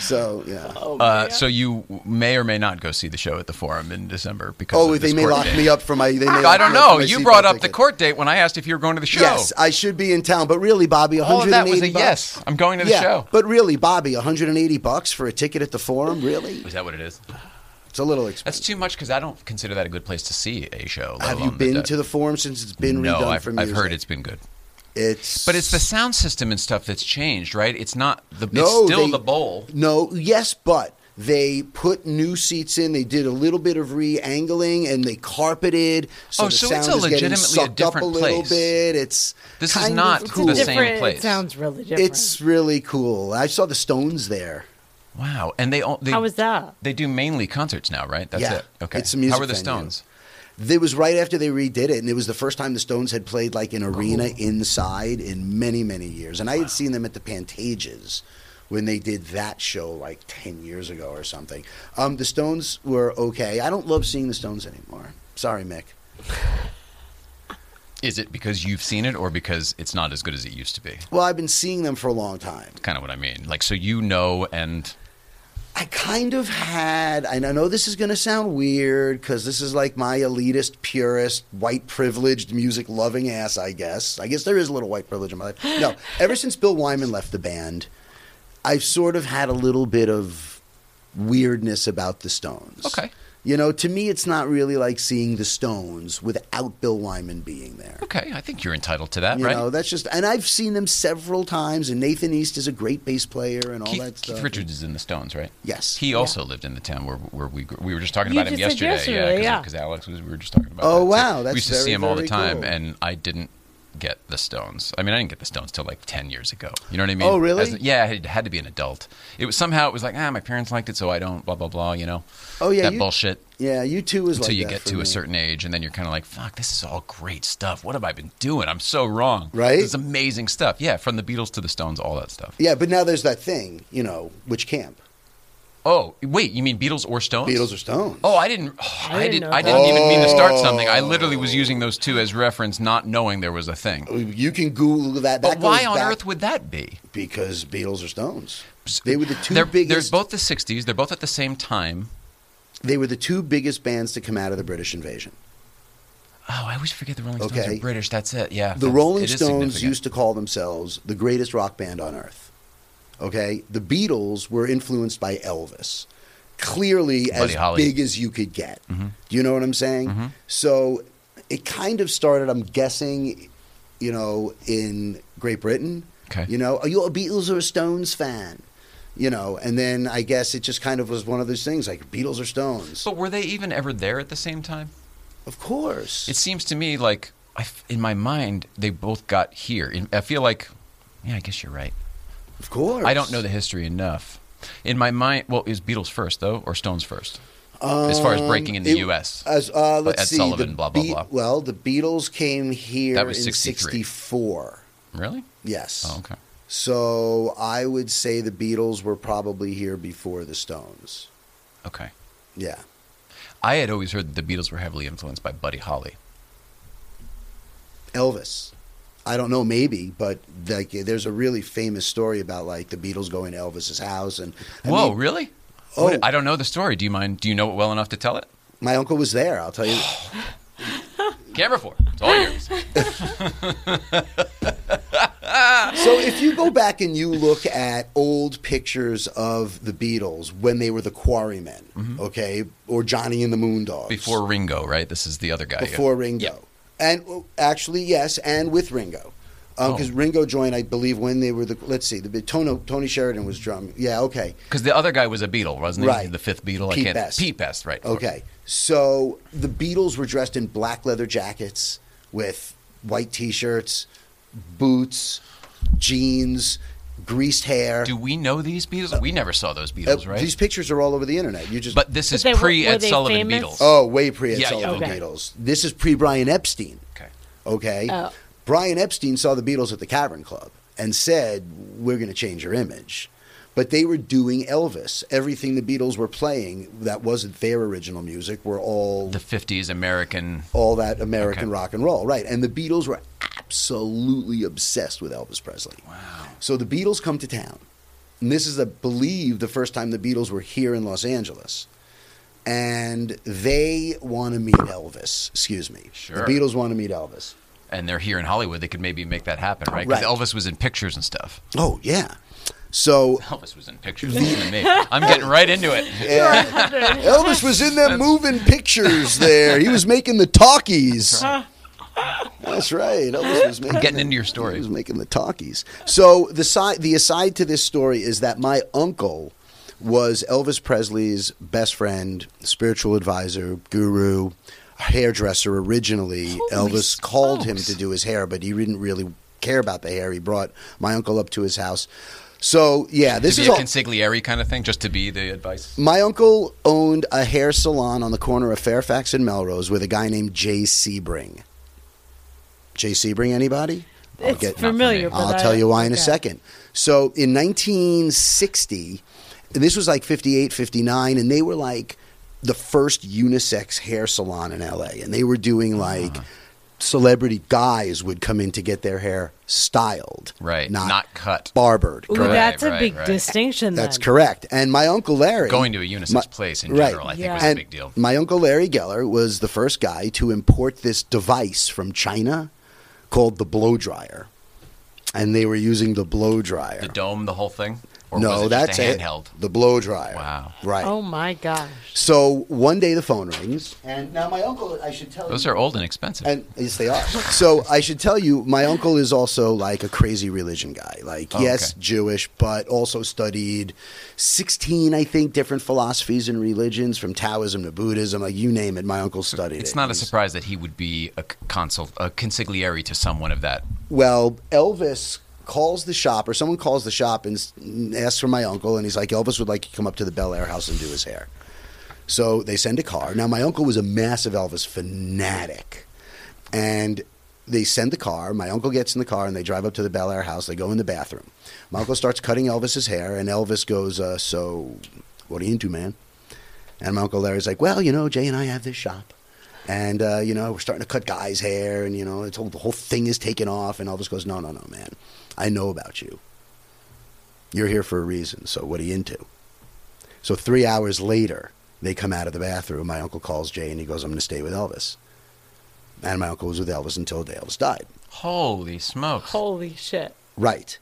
J: So yeah. Oh,
A: Uh, so you may or may not go see the show at the Forum in December because
J: Oh,
A: of
J: they
A: this
J: may
A: court
J: lock
A: date.
J: me up for my. They may
A: I
J: lock
A: don't
J: me up for
A: know.
J: my
A: You
J: seatball
A: brought up the
J: ticket.
A: court date when I asked if you were going to the show.
J: Yes, I should be in town, but really, Bobby,
A: All of
J: 180
A: that was a
J: bucks-
A: yes. I'm going to the
J: Yeah,
A: show.
J: But really, Bobby, 180 bucks for a ticket at the Forum, really?
A: Is that what it is?
J: It's a little expensive.
A: That's too much because I don't consider that a good place to see a show. let
J: Have you
A: alone
J: been
A: the,
J: to the Forum since it's been
A: no,
J: redone
A: I've,
J: for
A: I've
J: music?
A: heard it's been good.
J: It's
A: But it's the sound system and stuff that's changed, right? It's not the.
J: No,
A: it's still
J: they-
A: the bowl.
J: No, yes, but they put new seats in. They did a little bit of re-angling and they carpeted. So
A: Oh,
J: the
A: so
J: sound
A: it's a
J: is getting
A: legitimately a
J: sucked
A: different
J: up a little
A: place.
J: bit. It's
A: This is
J: kind of
A: not
J: cool.
A: the same place.
B: It sounds really different.
J: It's really cool. I saw the Stones there.
A: wow, and they all. They,
B: How was that?
A: They do mainly concerts now, right? That's
J: Yeah.
A: it. Okay.
J: It's a music
A: How are the
J: venue.
A: Stones?
J: It was right after they redid it, and it was the first time the Stones had played like an arena
A: Oh.
J: inside in many, many years. And I had seen them at the Pantages when they did that show like 10 years ago or something. Um, the Stones were okay. I don't love seeing the Stones anymore. Sorry, Mick.
A: Is it because you've seen it, or because it's not as good as it used to be?
J: Well, I've been seeing them for a long time.
A: Kind of what I mean. Like, so you know, and
J: I kind of had, and I know this is going to sound weird because this is like my elitist, purist, white privileged, music loving ass, I guess. I guess there is a little white privilege in my life. No, ever since Bill Wyman left the band, I've sort of had a little bit of weirdness about the Stones.
A: Okay.
J: You know, to me, it's not really like seeing the Stones without Bill Wyman being there.
A: okay, I think you're entitled to that,
J: You
A: right?
J: know, that's just, and I've seen them several times, and Nathan East is a great bass player and all
A: Keith,
J: that stuff.
A: Keith Richards is in the Stones, right?
J: Yes.
A: He also lived in the town where, where we grew- we were just talking
B: You
A: about him
B: just said
A: yesterday.
B: yesterday,
A: yeah,
B: yeah.
A: because Alex was we were just talking about.
J: Oh,
A: that, too.
J: wow, that's
A: we used to
J: very,
A: see him all the
J: very
A: time,
J: cool.
A: and I didn't get the Stones. I mean, I didn't get the Stones till like ten years ago. You know what I mean?
J: Oh, really?
A: As- yeah, it had to be an adult. It was somehow it was like ah, my parents liked it, so I don't. Blah blah blah. You know?
J: Oh, yeah,
A: that
J: you-
A: bullshit.
J: Yeah, you too was
A: Until
J: like
A: you
J: that
A: get
J: for
A: to
J: me.
A: a certain age, and then you're kind of like, "Fuck, this is all great stuff. What have I been doing? I'm so wrong.
J: Right?
A: This is amazing stuff. Yeah, from the Beatles to the Stones, all that stuff.
J: Yeah, but now there's that thing, you know, which camp?
A: Oh wait, you mean Beatles or Stones?
J: Beatles or Stones?
A: Oh, I didn't. oh,
J: I
A: I,
J: didn't
A: didn't.
J: know
A: I
J: that.
A: didn't even mean to start something. I
J: Oh.
A: literally was using those two as reference, not knowing there was a thing.
J: You can Google that.
A: But
J: that
A: why
J: goes
A: on
J: back-
A: earth would that be?
J: Because Beatles or Stones. They were the two
A: They're,
J: biggest.
A: they're both the '60s. They're both at the same time.
J: They were the two biggest bands to come out of the British invasion.
A: Oh, I always forget the Rolling Stones
J: Okay.
A: are British. That's it. Yeah.
J: The
A: that's-
J: Rolling
A: it is
J: Stones
A: significant.
J: used to call themselves the greatest rock band on earth. Okay, the Beatles were influenced by Elvis, clearly
A: Buddy
J: as
A: Holly. Mm-hmm.
J: big as you could get. Do you know what I'm saying? So it kind of started. I'm guessing, you know, in Great Britain.
A: Okay.
J: You know, are you a Beatles or a Stones fan? You know, and then I guess it just kind of was one of those things like Beatles or Stones.
A: But were they even ever there at the same time?
J: Of course.
A: It seems to me like I f in my mind they both got here. In- I feel like, yeah, I guess you're right.
J: Of course.
A: I don't know the history enough. In my mind, well, is Beatles first though, or Stones first? as far as breaking in the
J: Um, it-
A: U.S.
J: As, uh, let's
A: Ed
J: see,
A: Sullivan,
J: the
A: blah blah
J: Be-
A: blah.
J: Well, the Beatles came here
A: That was
J: in
A: 63.
J: 64.
A: Really?
J: Yes.
A: Oh, okay.
J: So I would say the Beatles were probably here before the Stones.
A: Okay.
J: Yeah.
A: I had always heard that the Beatles were heavily influenced by Buddy Holly.
J: Elvis. I don't know, maybe, but like, there's a really famous story about like the Beatles going to Elvis's house, and I
A: Whoa,
J: mean,
A: really?
J: Oh.
A: What- I don't know the story. Do you mind? Do you know it well enough to tell it?
J: my uncle was there. I'll tell you.
A: Camera four. It's all yours.
J: so if you go back and you look at old pictures of the Beatles when they were the Quarrymen, okay, or Johnny and the Moondogs,
A: Mm-hmm. Before Ringo, right? This is the other guy.
J: before Ringo, and well, actually yes, and with Ringo,
A: Oh.
J: because Ringo joined, I believe, when they were the. Let's see, the Tony, Tony Sheridan was drum. Yeah, okay,
A: Because the other guy was a Beatle, wasn't he?
J: Right.
A: The fifth Beatle. I
J: Pete
A: can't.
J: Best.
A: Pete Best, right.
J: okay. So the Beatles were dressed in black leather jackets with white T-shirts, boots, jeans, greased hair.
A: Do we know these Beatles? We never saw those
J: Uh,
A: Beatles, right?
J: These pictures are all over the internet. You just
A: but this
B: But
A: is
B: they were-
A: pre
B: were
A: Ed
B: they
A: Sullivan
B: famous?
A: Beatles.
J: oh, way pre Ed
A: Yeah, yeah,
J: Sullivan
B: okay.
J: Beatles. This is pre Brian Epstein.
A: Okay.
J: Okay,
B: Oh.
J: Brian Epstein saw the Beatles at the Cavern Club and said, "We're going to change your image." But they were doing Elvis. Everything the Beatles were playing that wasn't their original music were all
A: The 50s American.
J: all that American
A: Okay.
J: rock and roll, right? And the Beatles were absolutely obsessed with Elvis Presley.
A: Wow.
J: So the Beatles come to town. And this is, I believe, the first time the Beatles were here in Los Angeles. And they want to meet Elvis. Excuse me.
A: Sure.
J: The Beatles want to meet Elvis.
A: And they're here in Hollywood. They could maybe make that happen, right?
J: Right.
A: Because Elvis was in pictures and stuff.
J: Oh, yeah. So
A: Elvis was in pictures. Listen to me. I'm getting right into it.
J: Elvis was in them moving pictures there. He was making the talkies. That's right. Elvis was making
A: Getting
J: the-
A: into your story.
J: He was making the talkies. So the side, the aside to this story is that my uncle was Elvis Presley's best friend, spiritual advisor, guru, hairdresser originally. Elvis called him to do his hair, but he didn't really care about the hair. He brought my uncle up to his house. So yeah, this
A: to
J: is
A: be a
J: all.
A: consigliere kind of thing, just to be the advice.
J: My uncle owned a hair salon on the corner of Fairfax and Melrose with a guy named Jay Sebring. Jay Sebring, anybody? I'll
B: It's
J: get-
B: familiar. but
J: I'll
B: I-
J: tell you why in a
B: okay.
J: second. So in 1960, this was like 58, 59, and they were like the first unisex hair salon in LA. And they were
B: Ah.
J: doing like celebrity guys would come in to get their hair styled,
A: Right.
J: Not,
A: Not, cut.
J: barbered.
B: Ooh,
A: Right,
B: that's a
A: right,
B: big
A: right.
B: distinction.
J: That's
B: then.
J: correct. And my uncle Larry
A: Going to a unisex
J: My-
A: place in
J: right.
A: general, I think,
B: Yeah.
A: was
J: and
A: a big deal.
J: My uncle Larry Geller was the first guy to import this device from China called the blow dryer. And they were using the blow dryer.
A: The dome, the whole thing? Or
J: no,
A: was it
J: that's
A: just a handheld?
J: it. The blow dryer.
A: Wow.
J: Right.
B: Oh my gosh.
J: So one day the phone rings, and now my uncle, I should tell
A: Those
J: you,
A: are old and expensive.
J: and yes, they are. so I should tell you, my uncle is also like a crazy religion guy. Like,
A: Oh,
J: yes,
A: okay.
J: Jewish, but also studied 16, I think, different philosophies and religions from Taoism to Buddhism. Like, you name it, my uncle studied
A: it's
J: it.
A: not a
J: He's-
A: surprise that he would be a c- consul, a consigliere to someone of that.
J: Well, Elvis calls the shop, or someone calls the shop and s- asks for my uncle, and he's like, Elvis would like to come up to the Bel Air house and do his hair. So they send a car. Now, my uncle was a massive Elvis fanatic. And they send the car. My uncle gets in the car and they drive up to the Bel Air house. They go in the bathroom. My uncle starts cutting Elvis's hair, and Elvis goes, uh, So What are you into, man? And my Uncle Larry's like, Well, you know, Jay and I have this shop. And, uh, you know, we're starting to cut guys' hair. And, you know, it's whole, the whole thing is taken off. And Elvis goes, No, no, no, man. I know about you. You're here for a reason. So what are you into? So three hours later, they come out of the bathroom. My uncle calls Jay and he goes, I'm going to stay with Elvis. And my uncle was with Elvis until Elvis died.
A: Holy smokes.
B: Holy shit.
J: Right.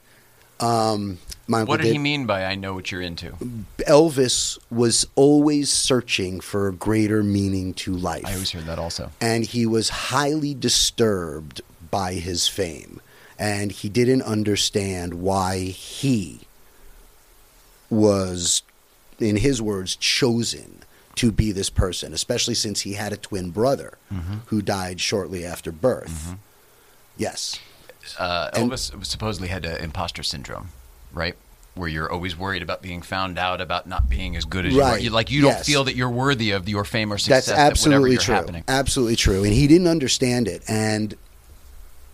J: Um, my uncle
A: What did he mean by I know what you're into?
J: Elvis was always searching for a greater meaning to life.
A: I always heard that also.
J: And he was highly disturbed by his fame. And he didn't understand why he was, in his words, chosen to be this person, especially since he had a twin brother who died shortly after birth. Yes.
A: Uh, Elvis supposedly had uh, imposter syndrome, right? Where you're always worried about being found out, about not being as good as you are.
J: Right.
A: You, like you don't
J: Yes.
A: feel that you're worthy of your fame or success.
J: That's
A: that whatever
J: absolutely
A: you're
J: true.
A: Happening.
J: Absolutely true. And he didn't understand it. And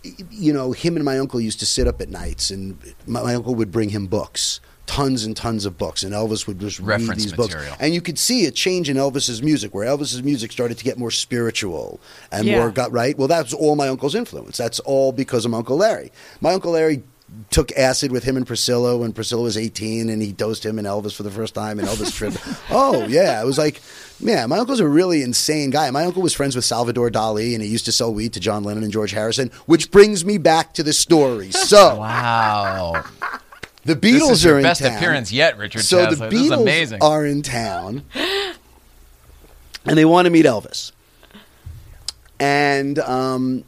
J: y- you know, him and my uncle used to sit up at nights, and my, my uncle would bring him books, tons and tons of books, and Elvis would just read
A: Reference
J: these
A: material.
J: books. And you could see a change in Elvis's music, where Elvis's music started to get more spiritual and
L: Yeah.
J: more gut right. Well, that's all my uncle's influence. That's all because of my Uncle Larry. My Uncle Larry took acid with him and Priscilla when Priscilla was 18 and he dosed him and Elvis for the first time and Elvis tripped. Oh, yeah. It was like, yeah, my uncle's a really insane guy. My uncle was friends with Salvador Dali and he used to sell weed to John Lennon and George Harrison, which brings me back to the story. So,
A: wow.
J: The Beatles
A: This is your
J: are in
A: best
J: town.
A: appearance yet, Richard
J: So the
A: Chesler.
J: Beatles
A: This is amazing.
J: are in town and they want to meet Elvis. And um,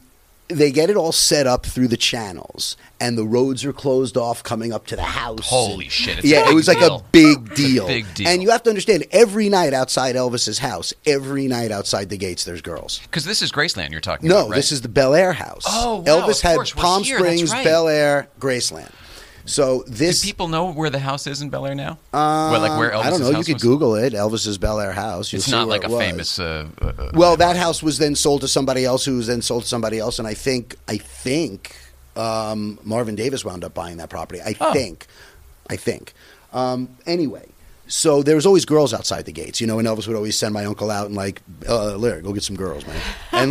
J: they get it all set up through the channels, and the roads are closed off coming up to the house.
A: Holy shit, it's a
J: yeah,
A: big
J: it was like
A: deal.
J: a big
A: It's a
J: deal.
A: big deal.
J: And you have to understand, every night outside Elvis's house, every night outside the gates, there's girls.
A: Because this is Graceland you're talking
J: No,
A: about. right?
J: this is the Bel Air house.
A: Oh, wow,
J: Elvis
A: of
J: had
A: course, we're
J: Palm
A: here, that's
J: Springs,
A: right.
J: Bel Air, Graceland. So this
A: Do people know where the house is in Bel Air now?
J: um,
A: Well, like where Elvis's
J: I don't know. You
A: house
J: could
A: was?
J: Google it. Elvis's Bel Air house. You'll
A: it's
J: see
A: not
J: where
A: like
J: it
A: a
J: was.
A: famous. Uh, uh, uh,
J: Well, that house was then sold to somebody else, who was then sold to somebody else, and I think I think um, Marvin Davis wound up buying that property. I
A: Oh.
J: think, I think. Um, anyway, so there was always girls outside the gates, you know, and Elvis would always send my uncle out and like, uh, Larry, go get some girls, man, and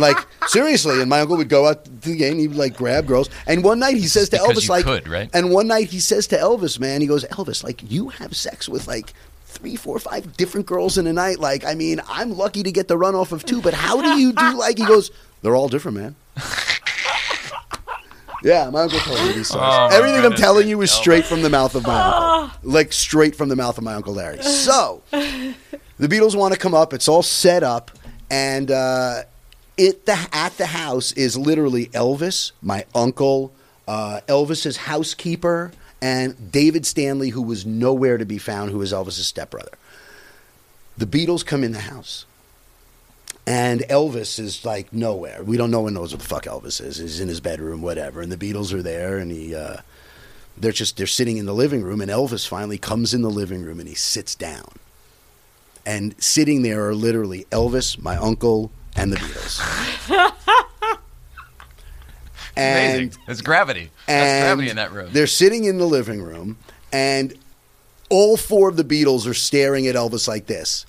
J: like seriously, and my uncle would go out to the gate and he would like grab girls, and one night he says to
A: Because
J: Elvis
A: you
J: like,
A: could, right?
J: and one night he says to Elvis, man, he goes, Elvis, like you have sex with like three, four, five different girls in a night. Like, I mean, I'm lucky to get the run off of two, but how do you do like he goes, They're all different, man. yeah, my uncle told me these stories.
L: Oh, my
J: Everything I'm
L: goodness,
J: telling you is straight from the mouth of my uncle. Like straight from the mouth of my Uncle Larry. So the Beatles want to come up, it's all set up, and uh it the at the house is literally Elvis, my uncle, uh, Elvis's housekeeper, and David Stanley, who was nowhere to be found, who was Elvis's stepbrother. The Beatles come in the house, and Elvis is like nowhere. We don't. No one knows what the fuck Elvis is. He's in his bedroom, whatever. And the Beatles are there, and he. Uh, they're just they're sitting in the living room, and Elvis finally comes in the living room, and he sits down. And sitting there are literally Elvis, my uncle, and the Beatles. and
A: amazing. It's gravity. That's
J: and
A: gravity in that room.
J: They're sitting in the living room, and all four of the Beatles are staring at Elvis like this.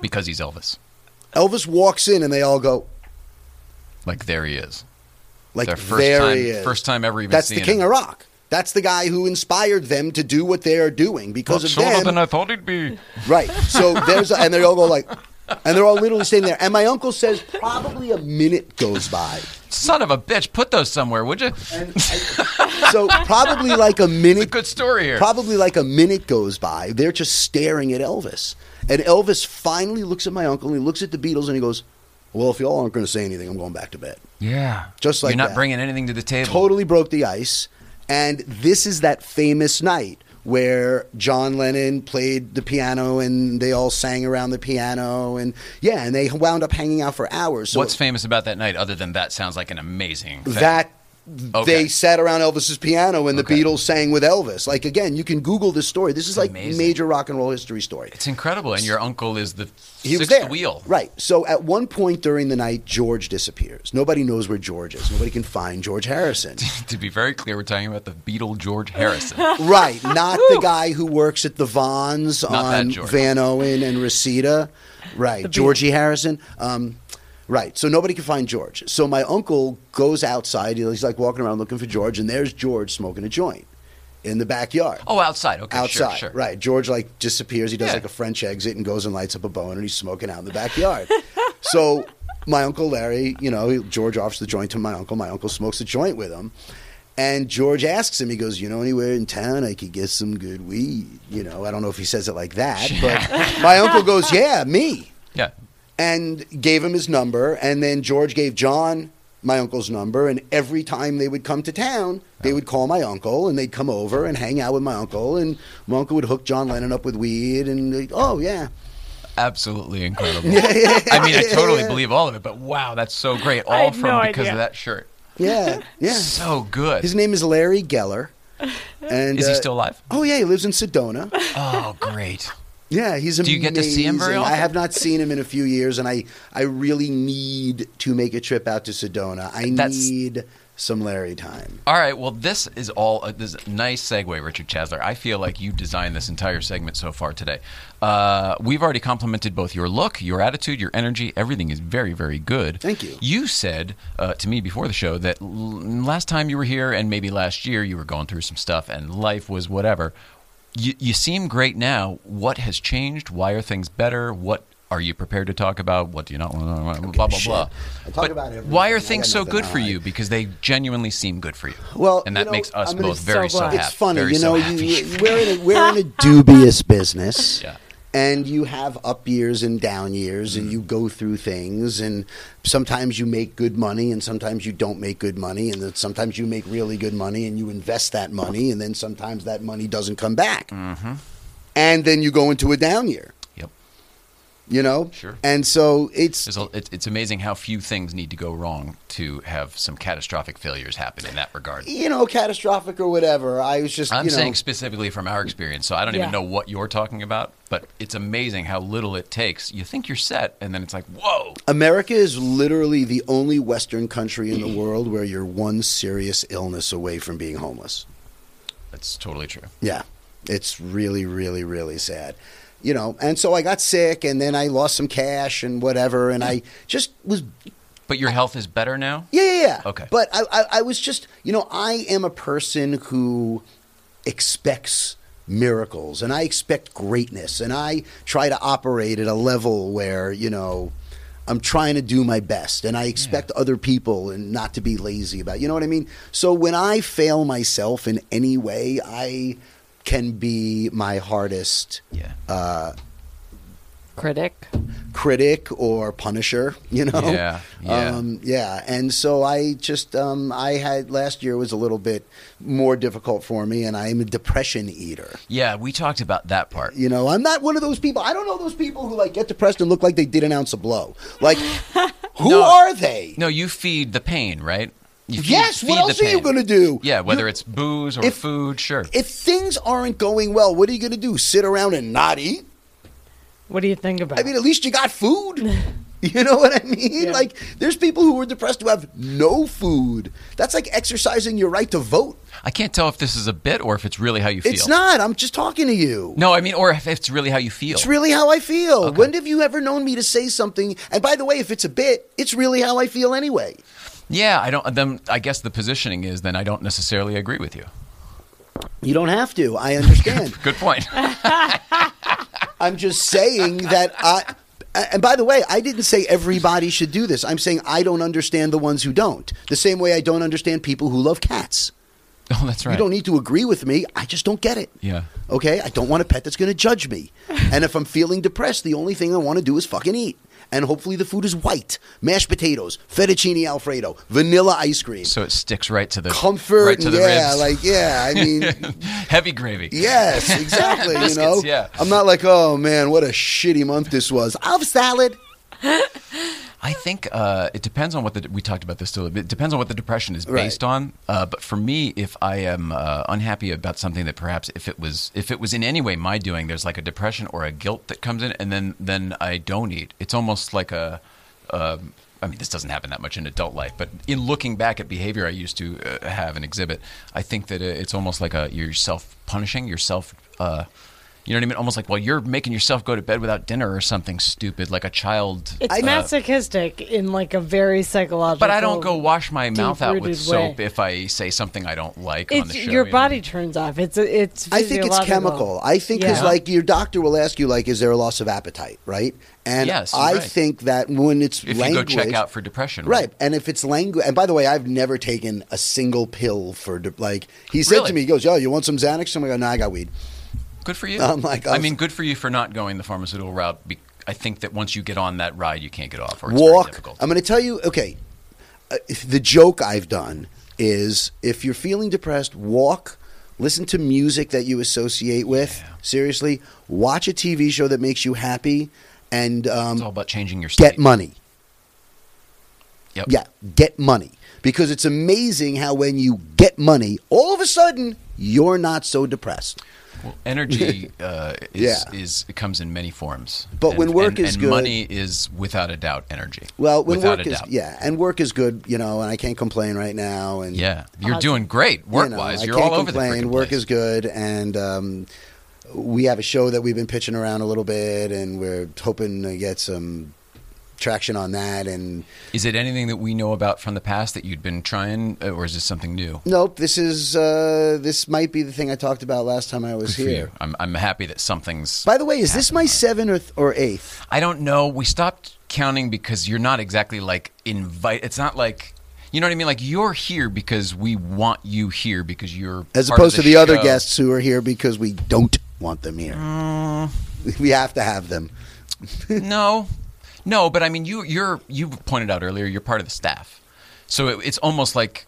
A: Because he's Elvis.
J: Elvis walks in, and they all go,
A: Like there he is.
J: Like
A: Their first
J: "There
A: time,
J: he is."
A: First time ever even
J: That's the
A: seeing
J: King
A: him.
J: of Rock. That's the guy who inspired them to do what they are doing because
A: Much
J: of
A: shorter
J: them.
A: than I thought he'd be.
J: Right. So there's, and they all go like, and they're all literally standing there. And my uncle says probably a minute goes by.
A: Son of a bitch, put those somewhere, would you?
J: So probably like a minute.
A: good story here.
J: Probably like a minute goes by. They're just staring at Elvis, and Elvis finally looks at my uncle and he looks at the Beatles and he goes, "Well, if y'all aren't going to say anything, I'm going back to bed."
A: Yeah.
J: Just like
A: You're not
J: that.
A: bringing anything to the table.
J: Totally broke the ice, and this is that famous night where John Lennon played the piano and they all sang around the piano, and yeah, and they wound up hanging out for hours. So
A: What's famous about that night other than that sounds like an amazing thing?
J: that They sat around Elvis's piano and the Beatles sang with Elvis. Like again, you can Google this story. This is like major rock and roll history story.
A: It's incredible. And your uncle is the
J: He was
A: sixth
J: there.
A: wheel.
J: Right. So at one point during the night, George disappears. Nobody knows where George is. Nobody can find George Harrison.
A: To be very clear, we're talking about the Beatle George Harrison.
J: right. Not the guy who works at the Vons
A: Not that
J: on
A: George.
J: Van Owen and Reseda. Right. Georgie Harrison. Um, right. So nobody can find George. So my uncle goes outside. He's like walking around looking for George, and there's George smoking a joint in the backyard.
A: Oh, outside. Okay,
J: outside.
A: sure, sure.
J: Right. George like disappears. He does
A: Yeah.
J: like a French exit and goes and lights up a bone, and he's smoking out in the backyard. so my uncle Larry, you know, he- George offers the joint to my uncle. My uncle smokes the joint with him. And George asks him, he goes, You know, anywhere in town I could get some good weed. You know, I don't know if he says it like that, but my uncle goes, Yeah, me.
A: Yeah.
J: And gave him his number. And then George gave John my uncle's number. And every time they would come to town, they would call my uncle and they'd come over and hang out with my uncle. And my uncle would hook John Lennon up with weed. And they'd, oh, yeah.
A: Absolutely incredible.
J: Yeah, yeah,
A: I mean, I totally
J: yeah.
A: believe all of it, but wow, that's so great.
J: I
A: All
J: had
A: from
J: no
A: because
J: idea.
A: of that shirt.
J: Yeah, yeah.
A: So good.
J: His name is Larry Geller. And
A: Is he
J: uh,
A: still alive?
J: Oh yeah, he lives in Sedona.
A: Oh, great.
J: Yeah, he's amazing.
A: Do you get to see him very
J: I
A: often?
J: have not seen him in a few years, and I I really need to make a trip out to Sedona. I
A: That's-
J: need some Larry time.
A: All right. Well, this is all uh, this is a nice segue, Richard Chasler. I feel like you designed this entire segment so far today. Uh, we've already complimented both your look, your attitude, your energy. Everything is very, very good. Thank you. You said uh, to me before the show that l- last time you were here, and maybe last year, you were going through some stuff, and life was whatever. You, you seem great now. What has changed? Why are things better? What are you prepared to talk about? What do you not want to? Blah blah
J: shit.
A: blah.
J: I talk
A: But
J: about everything.
A: Why are
J: I
A: things
J: got
A: so
J: nothing
A: good
J: to
A: for you? Because they genuinely seem good for you.
J: Well,
A: and that
J: you know,
A: makes us
J: I'm gonna
A: both
J: be
A: very so,
J: glad.
A: happy.
J: It's funny,
A: very
J: you
A: so
J: know.
A: happy.
J: you, we're in a, we're in a dubious business, and you have up years and down years,
A: Mm.
J: and you go through things, and sometimes you make good money, and sometimes you don't make good money, and then sometimes you make really good money, and you invest that money, and then sometimes that money doesn't come back,
A: Mm-hmm.
J: and then you go into a down year.
A: Yep.
J: You know.
A: Sure.
J: And so it's
A: It's, it's, it's amazing how few things need to go wrong to have some catastrophic failures happen in that regard.
J: you know catastrophic or whatever. I was just
A: I'm
J: you know,
A: saying specifically from our experience, so I don't
J: Yeah.
A: even know what you're talking about, but it's amazing how little it takes. You think you're set, and then it's like, whoa.
J: America is literally the only Western country in the world where you're one serious illness away from being homeless.
A: That's totally true.
J: Yeah. It's really, really, really sad. You know, and so I got sick and then I lost some cash and whatever. And I just was,
A: But your health is better now?
J: yeah, yeah, yeah.
A: Okay.
J: But I, I, I was just, you know, I am a person who expects miracles and I expect greatness and I try to operate at a level where, you know, I'm trying to do my best and I expect other people and not to be lazy about. You know what I mean? So when I fail myself in any way, I can be my hardest uh
B: critic
J: critic or punisher you know
A: Yeah, yeah.
J: um, yeah and so i just um, i had last year was a little bit more difficult for me and i'm a depression eater
A: Yeah, we talked about that part.
J: you know i'm not one of those people i don't know those people who like get depressed and look like they did an ounce of blow like who are they
A: No, you feed the pain, right? You feed-
J: yes
A: feed
J: what
A: the
J: else are you
A: pain.
J: going to do
A: Yeah, whether it's booze or
J: If-
A: food, sure.
J: if things aren't going well what are you going to do sit around and not eat
B: What do you think about?
J: I mean, at least you got food. You know what I mean? Like, there's people who are depressed who have no food. That's like exercising your right to vote.
A: I can't tell if this is a bit or if it's really how you feel.
J: It's not. I'm just talking to you.
A: No, I mean, or if it's really how you feel.
J: It's really how I feel. When have you ever known me to say something? And by the way, if it's a bit, it's really how I feel anyway.
A: yeah, I don't. Then I guess the positioning is then I don't necessarily agree with you.
J: You don't have to. I understand.
A: Good point.
J: I'm just saying that I. And by the way, I didn't say everybody should do this. I'm saying I don't understand the ones who don't. The same way I don't understand people who love cats.
A: Oh, that's
J: You
A: right.
J: don't need to agree with me. I just don't get it.
A: Yeah.
J: Okay? I don't want a pet that's going to judge me. And if I'm feeling depressed, the only thing I want to do is fucking eat. And hopefully the food is white. Mashed potatoes, fettuccine alfredo, vanilla ice cream.
A: So it sticks right to the
J: Comfort
A: right to the
J: and- yeah,
A: ribs.
J: like, yeah, I mean-
A: heavy gravy.
J: Yes, exactly, you know.
A: Biscuits, yeah.
J: I'm not like, "Oh man, what a shitty month this was." I'll have salad.
A: I think uh, it depends on what the we talked about this still. It depends on what the depression is
J: Right.
A: based on. Uh, but for me, if I am uh, unhappy about something that perhaps if it was if it was in any way my doing, there's like a depression or a guilt that comes in, and then then I don't eat. It's almost like a. Um, I mean, this doesn't happen that much in adult life, but in looking back at behavior I used to uh, have and exhibit, I think that uh, it's almost like a you're self punishing, you're self. Uh, you know what I mean? Almost like, well, you're making yourself go to bed without dinner or something stupid, like a child.
B: It's
A: uh,
B: masochistic in like a very psychological.
A: but I don't go wash my mouth out with
B: deep-rooted
A: soap
B: way.
A: if I say something I don't like on
B: It's
A: the show.
B: your
A: you know?
B: body turns off. It's it's.
J: I think it's
B: physiological.
J: chemical. I think because
B: Yeah.
J: like your doctor will ask you like, is there a loss of appetite, right? And
A: Yes,
J: I
A: right.
J: think that when it's
A: If
J: language,
A: you go check out for depression,
J: Right, and if it's language, and by the way, I've never taken a single pill for de- like he said
A: Really?
J: to me, he goes, "Oh, you want some Xanax?" I'm like, "No, I got weed."
A: Good for you.
J: I'm like,
A: I
J: I'll-
A: mean, good for you for not going the pharmaceutical route. Be- I think that once you get on that ride, you can't get off. Or it's very
J: walk. Um,
A: difficult.
J: I'm going to tell you. Okay, uh, if the joke I've done is if you're feeling depressed, walk. Listen to music that you associate with. Seriously, watch a TV show that makes you happy, and um, it's all
A: about changing your
J: get money.
A: Yep.
J: Yeah, get money because it's amazing how when you get money, all of a sudden you're not so depressed.
A: Well, energy uh, is,
J: Yeah.
A: is it comes in many forms.
J: But when work
A: and,
J: is
A: and
J: good-
A: money is without a doubt energy.
J: Well, when
A: without
J: work
A: a
J: is
A: doubt.
J: yeah, and work is good, you know, and I can't complain right now. And
A: Yeah, you're Awesome. doing great work-wise.
J: Uh, You
A: You're
J: know, I can't
A: all over the
J: complain.
A: frickin'
J: Work is good, and um, we have a show that we've been pitching around a little bit, and we're hoping to get some traction on that. And
A: Is it anything that we know about from the past that you'd been trying, uh, or is this something new?
J: nope, this is uh, this might be the thing I talked about last time I was
A: Good for
J: here.
A: you. I'm, I'm happy that something's.
J: By the way, is this my seventh or eighth?
A: I don't know. We stopped counting because you're not exactly like invite. It's not like you know what I mean. Like you're here because we want you here because you're
J: As
A: part of
J: opposed to the other
A: show.
J: guests who are here because we don't want them here.
A: Mm.
J: We have to have them.
A: no, no. But I mean, you you're you pointed out earlier you're part of the staff, so it, it's almost like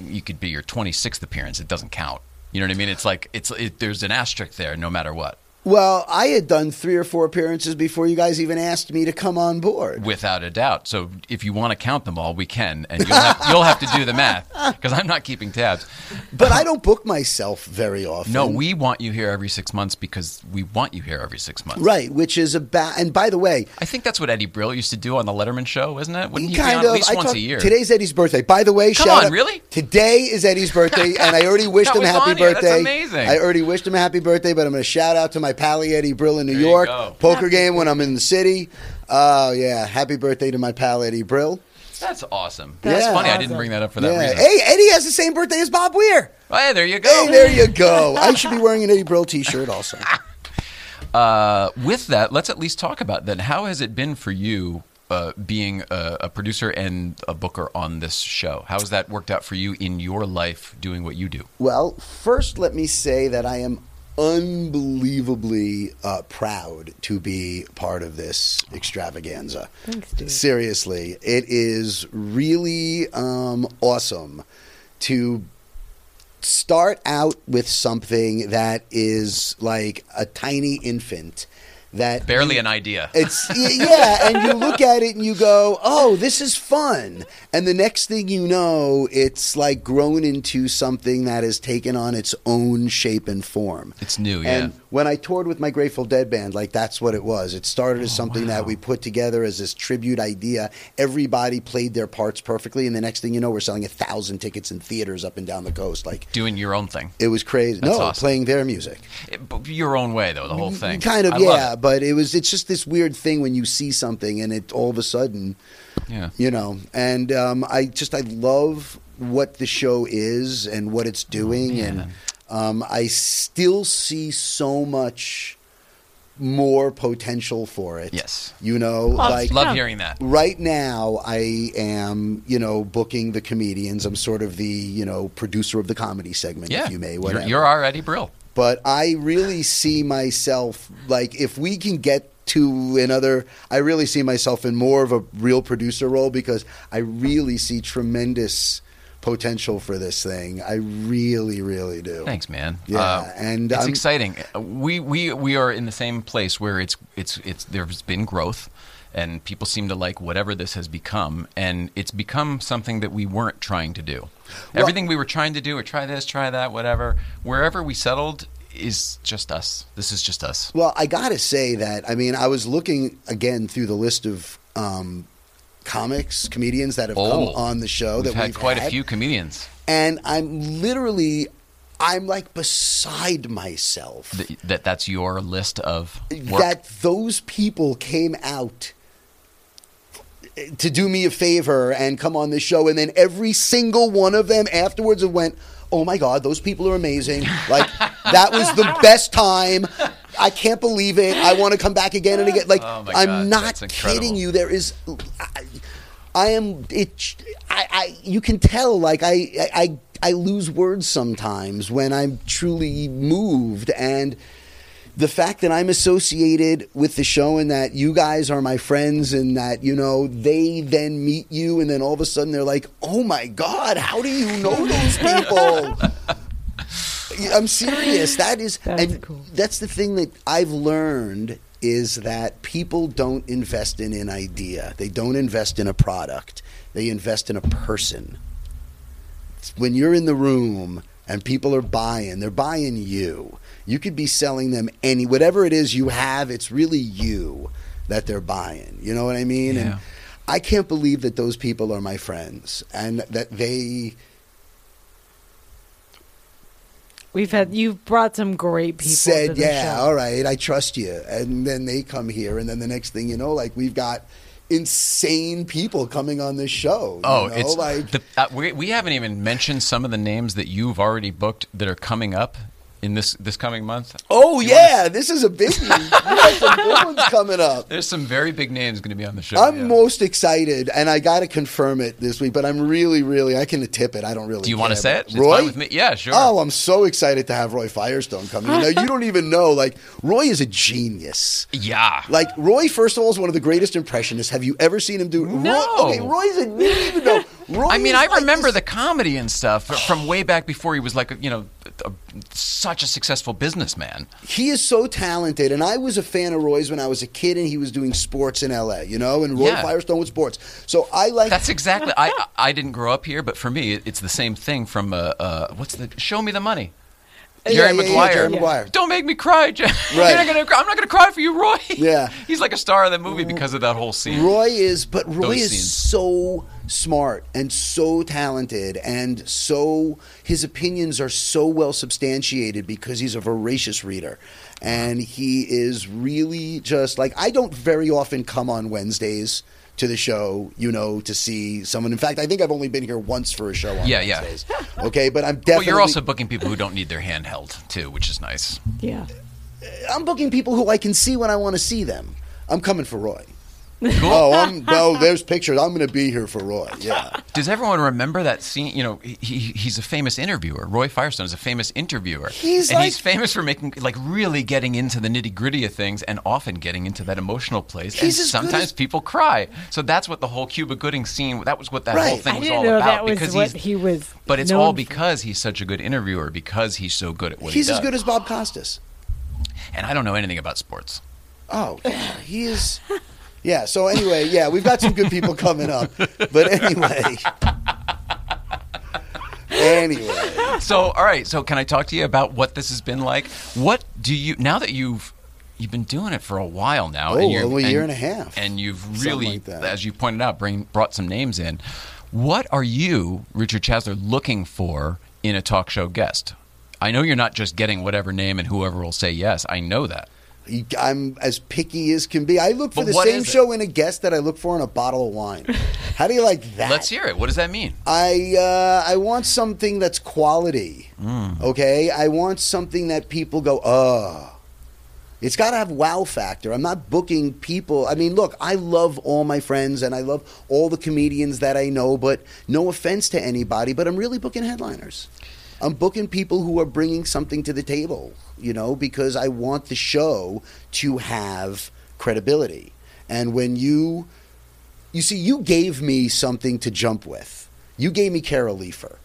A: you could be your 26th appearance. It doesn't count. You know what I mean? It's like it's it, there's an asterisk there, no matter what.
J: Well, I had done three or four appearances before you guys even asked me to come on board.
A: Without a doubt. So if you want to count them all, we can, and you'll have, you'll have to do the math because I'm not keeping tabs.
J: But I don't book myself very often.
A: No, we want you here every six months because we want you here every six months.
J: Right, which is about. And by the way,
A: I think that's what Eddie Brill used to do on the Letterman show, isn't it? Wouldn't he, be
J: kind
A: on
J: of.
A: at least
J: I
A: once
J: talk-
A: a year?
J: Today's Eddie's birthday. By the way,
A: Come
J: shout
A: on,
J: out-
A: really?
J: Today is Eddie's birthday, and I already wished
A: That
J: him
A: was
J: happy
A: on here. That's
J: birthday.
A: amazing.
J: I already wished him a happy birthday, but I'm going to shout out to my pally Eddie Brill in New
A: you
J: York.
A: go.
J: Poker game when I'm in the city. Oh yeah, happy birthday to my pal Eddie Brill.
A: That's awesome.
J: That's
A: That's funny. I
J: awesome.
A: didn't bring that up for that
J: Yeah.
A: reason.
J: Hey, Eddie has the same birthday as Bob Weir.
A: Hey, there you go.
J: Hey, Oh, there you go. I should be wearing an Eddie Brill T-shirt also.
A: Uh, with that, let's at least talk about then. How has it been for you? Uh, being a, a producer and a booker on this show, how has that worked out for you in your life doing what you do?
J: Well, first, let me say that I am unbelievably uh, proud to be part of this extravaganza.
B: Thanks, dude.
J: Seriously, it is really um, awesome to start out with something that is like a tiny infant that
A: Barely an idea.
J: it's y- yeah, and you look at it and you go, "Oh, this is fun." And the next thing you know, it's like grown into something that has taken on its own shape and form.
A: It's new, yeah.
J: And when I toured with my Grateful Dead band, like that's what it was. It started
A: Oh,
J: as something that we put together as this tribute idea. Everybody played their parts perfectly, and the next thing you know, we're selling a thousand tickets in theaters up and down the coast. Like
A: doing your own thing,
J: it was crazy.
A: That's
J: no,
A: awesome.
J: playing their music.
A: It- but your own way though. The whole thing,
J: Kind of,
A: I love
J: yeah. But it was it's just this weird thing when you see something and it all of a sudden,
A: it. yeah.
J: you know. And um, I just I love what the show is and what it's doing,
A: Oh,
J: and um, I still see so much more potential for it.
A: Yes.
J: you know, like
A: love hearing that.
J: Right now, I am, you know, booking the comedians. I'm sort of the, you know, producer of the comedy segment,
A: Yeah,
J: if you may.
A: You're-
J: Whatever
A: you're already Brill.
J: but I really see myself like if we can get to another I really see myself in more of a real producer role because I really see tremendous potential for this thing. I really really do.
A: Thanks, man.
J: Yeah,
A: Uh,
J: and
A: it's Uh,
J: I'm-
A: exciting. We we we are in the same place where it's it's it's there's been growth, and people seem to like whatever this has become, and it's become something that we weren't trying to do. Everything we were trying to do, or try this, try that, whatever, wherever we settled is just us. This is just us.
J: Well, I gotta say that I mean I was looking again through the list of um, comics comedians that have
A: Oh.
J: come on the show
A: We've
J: that
A: had
J: we've
A: quite
J: had,
A: a few comedians.
J: and I'm literally I'm like beside myself
A: Th- that that's your list of work.
J: that those people came out to do me a favor and come on this show and then every single one of them afterwards went oh my god those people are amazing like that was the best time i can't believe it i want to come back again and again like
A: Oh my God,
J: i'm not
A: that's incredible.
J: kidding you there is I, I am it I, I you can tell like I, I I- I lose words sometimes when I'm truly moved and the fact that I'm associated with the show and that you guys are my friends and that you know they then meet you and then all of a sudden they're like oh my god how do you know those people I'm serious. That is, and that's the thing that I've learned is that people don't invest in an idea. They don't invest in a product. They invest in a person. It's When you're in the room and people are buying, they're buying you. You could be selling them any whatever it is you have. It's really you that they're buying. You know what I mean? And I can't believe that those people are my friends and that they.
B: We've had you've brought some great people. to
J: said,
B: the
J: "Yeah,
B: show.
J: all right, I trust you." And then they come here, and then the next thing you know, like we've got insane people coming on this show. you
A: Oh,
J: know?
A: it's
J: like
A: the, uh, we, we haven't even mentioned some of the names that you've already booked that are coming up in this this coming month.
J: oh yeah, this is a big. one. We got some good ones coming up.
A: There's some very big names going to be on the show.
J: I'm
A: yeah.
J: most excited, and I got to confirm it this week. But I'm really, really, I can tip it. I don't really.
A: Do you want to
J: care,
A: say it?
J: but
A: It's
J: Roy?
A: fine with me. Yeah, sure.
J: Oh, I'm so excited to have Roy Firestone come in. Now, you don't even know. Like, Roy is a genius.
A: Yeah.
J: Like, Roy, first of all, is one of the greatest impressionists. Have you ever seen him do?
A: No.
J: Roy, okay, Roy's a. You don't even know. Roy
A: I mean,
J: is
A: I
J: like
A: remember
J: this-
A: the comedy and stuff from way back before he was like, you know, a, such a successful businessman.
J: he is so talented, and I was a fan of Roy's when I was a kid, and he was doing sports in L.A. You know, and Roy
A: Yeah.
J: Firestone with sports. So I like
A: That's exactly. I I I didn't grow up here, but for me, it- it's the same thing. From uh, uh what's the Show Me the Money.
J: Yeah,
A: Jerry
J: yeah, yeah,
A: Maguire.
J: Jerry Maguire.
A: Don't make me cry, Jerry. You're not gonna cry. I'm not going to cry for you, Roy.
J: Yeah.
A: He's like a star of the movie because of that whole scene.
J: Roy is, but Roy
A: Those
J: is
A: scenes.
J: so smart and so talented and so his opinions are so well substantiated because he's a voracious reader. And he is really just like I don't very often come on Wednesdays to the show, you know, to see someone. In fact, I think I've only been here once for a show on
A: Yeah, yeah.
J: Wednesdays. Okay, but I'm
A: Well,
J: definitely
A: you're also booking people who don't need their hand held too, which is nice.
B: Yeah.
J: I'm booking people who I can see when I want to see them. I'm coming for Roy. Oh, I'm, oh, there's pictures. I'm going to be here for Roy. Yeah.
A: Does everyone remember that scene? You know, he, he he's a famous interviewer. Roy Firestone is a famous interviewer.
J: He's
A: and
J: like-
A: he's famous for making like really getting into the nitty gritty of things and often getting into that emotional place.
J: He's
A: and
J: as good
A: sometimes
J: as-
A: people cry. So that's what the whole Cuba Gooding scene. That was what that whole
J: Right.
A: thing
B: I
A: was
B: didn't
A: all
B: know
A: about
B: that was
A: because
B: what
A: he's.
B: he was.
A: but it's
B: known
A: all
B: for.
A: because he's such a good interviewer because he's so good at what
J: He's
A: he
J: as
A: does.
J: good as Bob Costas.
A: and I don't know anything about sports.
J: Oh, yeah, he is. Yeah. So anyway, yeah, we've got some good people coming up. But anyway, anyway,
A: So, all right. So, can I talk to you about what this has been like? What do you now that you've you've been doing it for a while now?
J: Oh,
A: you've-
J: over a year and a half.
A: And you've
J: Something
A: really,
J: like that.
A: as you pointed out, bring, brought some names in. What are you, Richard Chasler, looking for in a talk show guest? I know you're not just getting whatever name and whoever will say yes. I know that.
J: he- I'm as picky as can be. I look for
A: But
J: the
A: what
J: same
A: is it?
J: show in a guest that I look for in a bottle of wine. How do you like that?
A: Let's hear it. What does that mean?
J: I uh, I want something that's quality. Okay, I want something that people go, oh. It's got to have wow factor. I'm not booking people. I mean, look, I love all my friends and I love all the comedians that I know, but no offense to anybody, but I'm really booking headliners. I'm booking people who are bringing something to the table, you know, because I want the show to have credibility. And when you you see, you gave me something to jump with. You gave me Carol Leifer.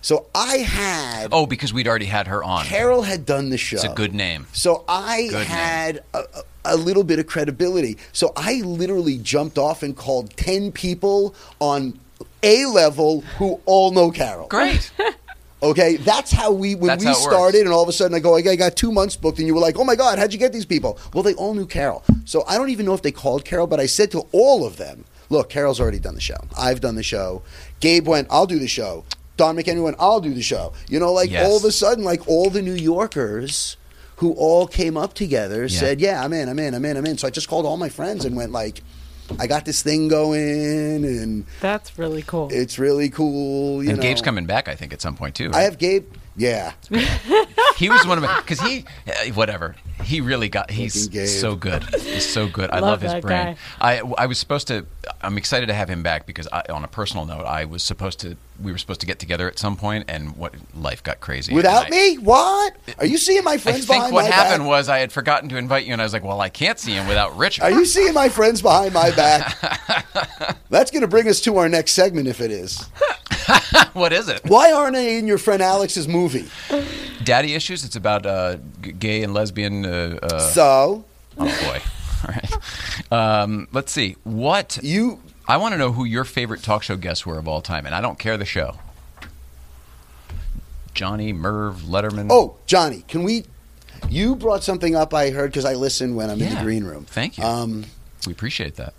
J: So I had
A: Oh, because we'd already had her on.
J: Carol had done the show.
A: It's a good name.
J: So I
A: Good name.
J: had a, a- a little bit of credibility. So I literally jumped off and called 10 people on A level who all know Carol.
A: Great.
J: Okay, that's how we when
A: That's
J: we
A: how it works.
J: started, and all of a sudden oh, I go, I got two months booked, and you were like, oh my god, how'd you get these people? Well, they all knew Carol, so I don't even know if they called Carol, but I said to all of them, look, Carol's already done the show, I've done the show, Gabe went, I'll do the show, Don McHenry went, I'll do the show, you know, like
A: Yes.
J: all of a sudden, like all the New Yorkers who all came up together
A: Yeah.
J: said, yeah, I'm in, I'm in, I'm in, I'm in. So I just called all my friends and went like. I got this thing going, and
B: that's really cool.
J: It's really cool. You
A: and
J: know.
A: Gabe's coming back, I think, at some point too.
J: I have Gabe. Yeah,
A: he was one of my because he eh, whatever he really got he's
J: Fucking Gabe.
A: so good he's so good i
B: Love
A: love, his
B: that
A: brain
B: guy.
A: I, I was supposed to i'm excited to have him back because I, on a personal note i was supposed to we were supposed to get together at some point and what life got crazy
J: Without
A: And I-
J: me? What? Are you seeing my
A: I
J: friends
A: think
J: behind
A: what
J: my
A: happened
J: back?
A: was I had forgotten to invite you, and I was like, "Well, I can't see him without Richard."
J: Are you seeing my friends behind my back? That's going to bring us to our next segment if it is.
A: what is it?
J: Why aren't I in your friend Alex's movie?
A: Daddy issues. It's about uh, g- gay and lesbian. Uh, uh,
J: So,
A: Oh boy. All right. Um, let's see. What
J: you?
A: I want to know who your favorite talk show guests were of all time, and I don't care the show. Johnny, Merv, Letterman.
J: oh, Johnny, can we? You brought something up I heard because I listen when I'm in the
A: Yeah.
J: green room.
A: Thank you.
J: Um,
A: we appreciate that.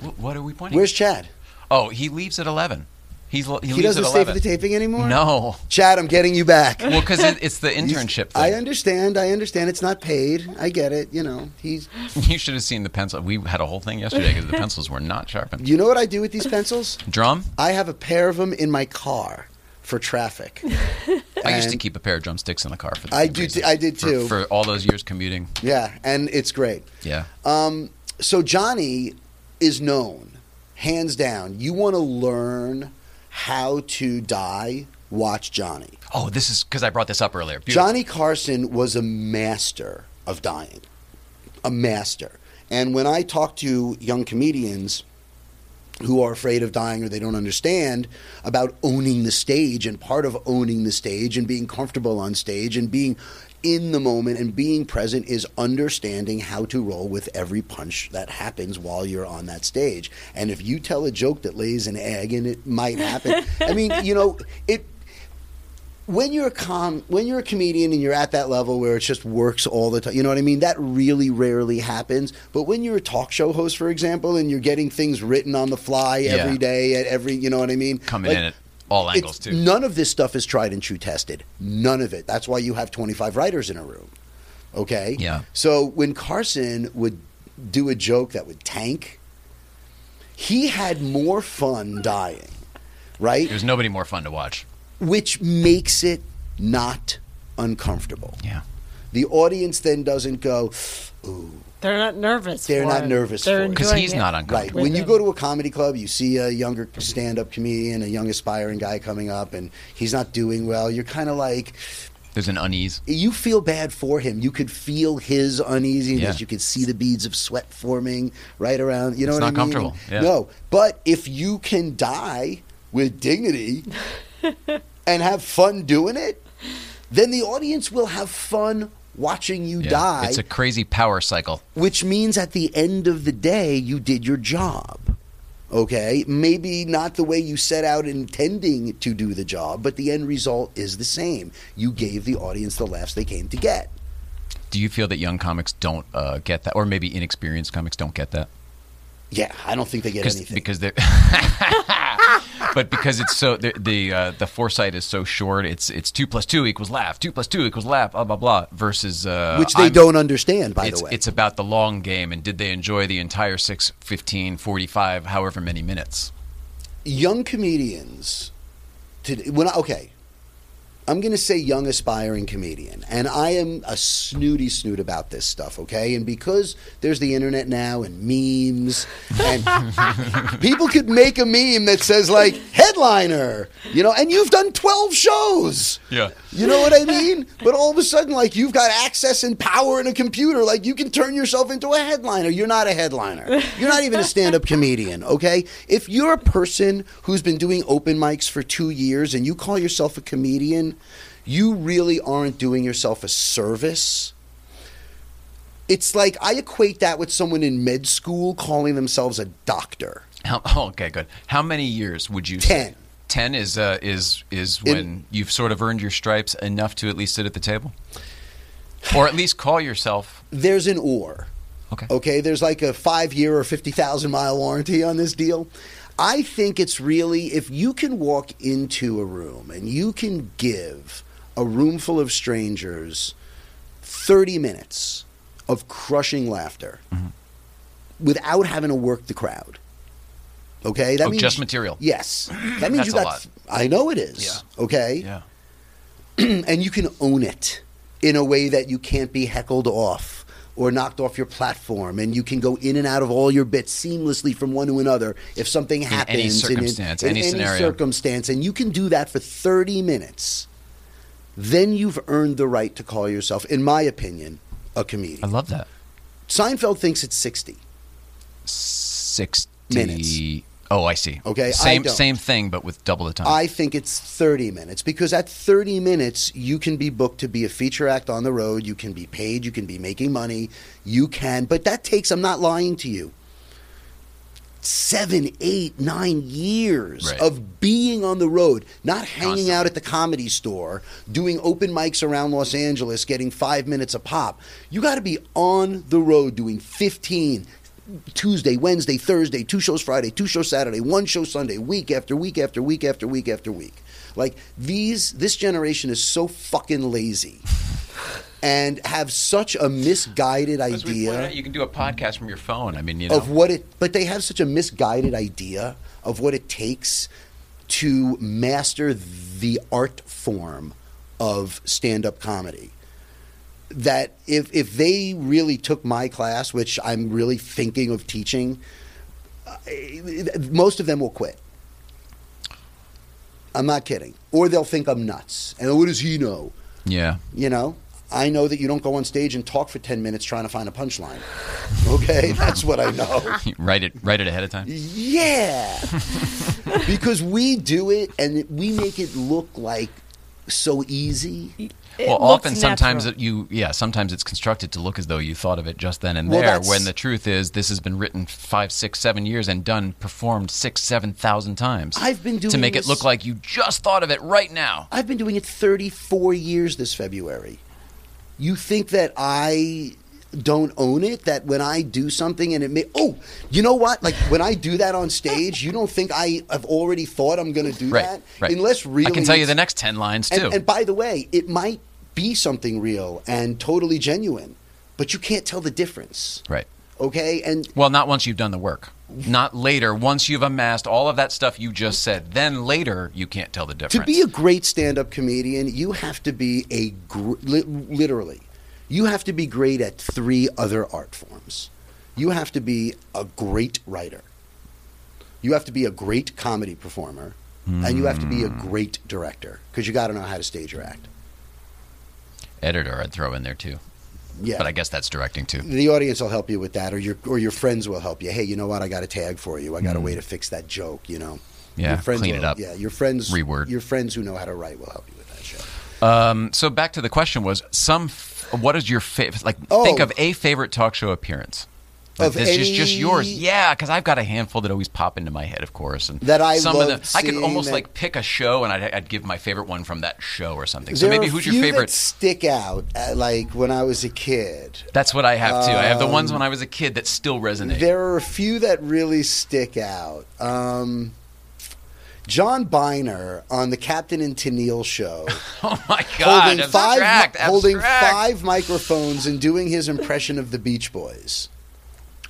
A: Wh- What are we pointing?
J: where's Chad?
A: Oh, he leaves at eleven. He's l- he,
J: He,
A: leaves
J: doesn't
A: at
J: stay for
A: eleven.
J: the taping anymore?
A: no.
J: Chad, I'm getting you back.
A: Well, because it, it's the internship
J: I
A: thing.
J: understand. I understand. It's not paid. I get it. You know, he's.
A: you should have seen the pencil. We had a whole thing yesterday because the pencils were not sharpened.
J: You know what I do with these pencils?
A: Drum.
J: I have a pair of them in my car for traffic.
A: I used to
J: And-
A: keep a pair of drumsticks in the car for. The
J: I
A: same
J: do.
A: reason.
J: T- I did
A: For-
J: too.
A: for all those years commuting.
J: yeah, and it's great.
A: Yeah.
J: Um, so Johnny is known, hands down. You want to learn how to die? Watch Johnny.
A: Oh, this is because I brought this up earlier. Beautiful.
J: Johnny Carson was a master of dying, a master. And when I talk to young comedians who are afraid of dying or they don't understand about owning the stage and part of owning the stage and being comfortable on stage and being in the moment and being present is understanding how to roll with every punch that happens while you're on that stage. And if you tell a joke that lays an egg and it might happen, I mean, you know, it when you're a com when you're a comedian and you're at that level where it just works all the time you know what i mean that really rarely happens but when you're a talk show host for example and you're getting things written on the fly
A: Yeah.
J: every day at every you know what i mean
A: coming
J: Like,
A: in at all
J: it's-
A: angles too.
J: none of this stuff is tried and true tested none of it that's why you have 25 writers in a room okay
A: Yeah.
J: so when carson would do a joke that would tank he had more fun dying right
A: There's nobody more fun to watch.
J: which makes it not uncomfortable.
A: Yeah.
J: The audience then doesn't go, ooh,
B: They're not nervous.
J: They're
B: for
J: not
B: it.
J: nervous
B: They're
J: for it.
A: 'Cause
B: enjoying
A: he's
B: it.
A: not
J: right.
A: uncomfortable.
J: When you go to a comedy club, you see a younger stand up comedian, a young aspiring guy coming up, and he's not doing well. You're kind of like,
A: There's an unease.
J: you feel bad for him. You could feel his uneasiness.
A: Yeah.
J: You could see the beads of sweat forming right around. You know
A: It's
J: what I
A: not
J: mean?
A: comfortable. Yeah.
J: No, but if you can die with dignity and have fun doing it, then the audience will have fun watching you
A: Yeah.
J: die
A: It's a crazy power cycle.
J: which means at the end of the day, you did your job. Okay? Maybe not the way you set out intending to do the job, but the end result is the same. You gave the audience the laughs they came to get.
A: Do you feel that young comics don't uh, get that, or maybe inexperienced comics don't get that?
J: Yeah, I don't think they get
A: 'Cause-
J: anything.
A: because they're, but because it's so the the, uh, the foresight is so short. It's it's two plus two equals laugh. Two plus two equals laugh. Blah blah blah. Versus uh,
J: which they
A: I'm-
J: don't understand, by
A: it's,
J: the way.
A: it's about the long game and did they enjoy the entire 6 15 45 however many minutes
J: young comedians today when I, okay i'm going to say young aspiring comedian and i am a snooty snoot about this stuff okay and because there's the internet now and memes and people could make a meme that says like headliner you know and you've done 12 shows
A: yeah
J: you know what I mean? But all of a sudden, like you've got access and power in a computer, like you can turn yourself into a headliner. You're not a headliner. You're not even a stand-up comedian, okay? If you're a person who's been doing open mics for two years and you call yourself a comedian, you really aren't doing yourself a service It's like I equate that with someone in med school calling themselves a doctor.
A: How, oh, okay, good. How many years would you? Ten. Say? Ten is uh, is is when
J: In-
A: you've sort of earned your stripes enough to at least sit at the table, or at least call yourself.
J: There's an or.
A: Okay.
J: Okay. There's like a five year or 50,000 mile warranty on this deal. I think it's really if you can walk into a room and you can give a room full of strangers 30 minutes of crushing laughter
A: Mm-hmm.
J: without having to work the crowd. Okay.
A: Oh, just material.
J: Yes. That
A: That's
J: means you
A: a
J: got.
A: lot.
J: I know it is. Okay.
A: Yeah.
J: and you can own it in a way that you can't be heckled off or knocked off your platform and you can go in and out of all your bits seamlessly from one to another if something
A: any
J: happens
A: circumstance, any scenario.
J: circumstance and you can do that for 30 minutes then you've earned the right to call yourself in my opinion a comedian
A: I love that.
J: Seinfeld thinks it's 60
A: Sixty
J: Minutes.
A: Oh, I see.
J: Okay, I
A: Same
J: don't.
A: same thing, but with double the time.
J: I think it's 30 minutes because at 30 minutes, you can be booked to be a feature act on the road. You can be paid. You can be making money. You can, but that takes, I'm not lying to you, seven, eight, nine years
A: Right.
J: of being on the road, not hanging out at the comedy store, doing open mics around Los Angeles, getting five minutes a pop. You got to be on the road doing 15. Tuesday, Wednesday, Thursday, two shows Friday, two shows Saturday, one show Sunday, week after week after week after week after week. Like these, this generation is so fucking lazy and have such a misguided
A: As we pointed
J: idea
A: out, you can do a podcast from your phone. I mean, you know.
J: of what it but they have such a misguided idea of what it takes to master the art form of stand-up comedy that if if they really took my class which I'm really thinking of teaching I- most of them will quit I'm not kidding or they'll think I'm nuts and what does he know
A: yeah.
J: you know I know that you don't go on stage and talk for 10 minutes trying to find a punchline. Okay, that's what I know.
A: write it. Write it ahead of time.
J: Yeah. because we do it and we make it look like so easy.
A: well, often sometimes it, you yeah sometimes it's constructed to look as though you thought of it just then and
J: Well,
A: there.
J: that's-
A: When the truth is, this has been written five, six, seven years and done performed six, seven thousand times.
J: I've been
A: to
J: doing
A: make
J: this-
A: it look like you just thought of it right now.
J: I've been doing it 34 years this February. You think that I don't own it? That when I do something and it may, oh, you know what? Like when I do that on stage, you don't think I have already thought I'm going to do
A: Right,
J: that?
A: right.
J: Unless really.
A: I can tell you
J: it's-
A: the next ten lines too.
J: And, and by the way, it might be something real and totally genuine, but you can't tell the difference.
A: right.
J: Okay? And
A: Well, not once you've done the work. Not later. Once you've amassed all of that stuff you just said, then later you can't tell the difference.
J: to be a great stand-up comedian, you have to be a gr- li- literally, you have to be great at three other art forms. You have to be a great writer. You have to be a great comedy performer, and you have to
A: Hmm.
J: be a great director because you got to know how to stage your act.
A: Editor, I'd throw in there too.
J: Yeah.
A: But I guess that's directing too.
J: The audience will help you with that, or your or your friends will help you. Hey, you know what? I got a tag for you. I got a way to fix that joke. You know,
A: Hmm. Yeah,
J: Your friends
A: clean it
J: will-
A: up.
J: Yeah, your friends
A: Reword.
J: Your friends who know how to write will help you with that shit.
A: Um, so back to the question was some. F- what is your favorite? Like,
J: Oh.
A: think of a favorite talk show appearance. Like,
J: Of
A: this is just
J: any-
A: yours, yeah. Because I've got a handful that always pop into my head, of course, and
J: That I
A: some of
J: loved
A: I could
J: seeing
A: almost
J: that-
A: like pick a show, and I'd, I'd give my favorite one from that show or something. So
J: There
A: maybe
J: are a
A: who's
J: few
A: your
J: that
A: favorite?
J: stick out, uh, like when I was a kid.
A: That's what I have too. I have the ones
J: Um,
A: when I was a kid that still resonate.
J: There are a few that really stick out. Um, John Biner on the Captain and Tennille show,
A: oh my god!
J: holding five mi-
A: abstract,
J: holding
A: abstract.
J: five microphones and doing his impression of the Beach Boys.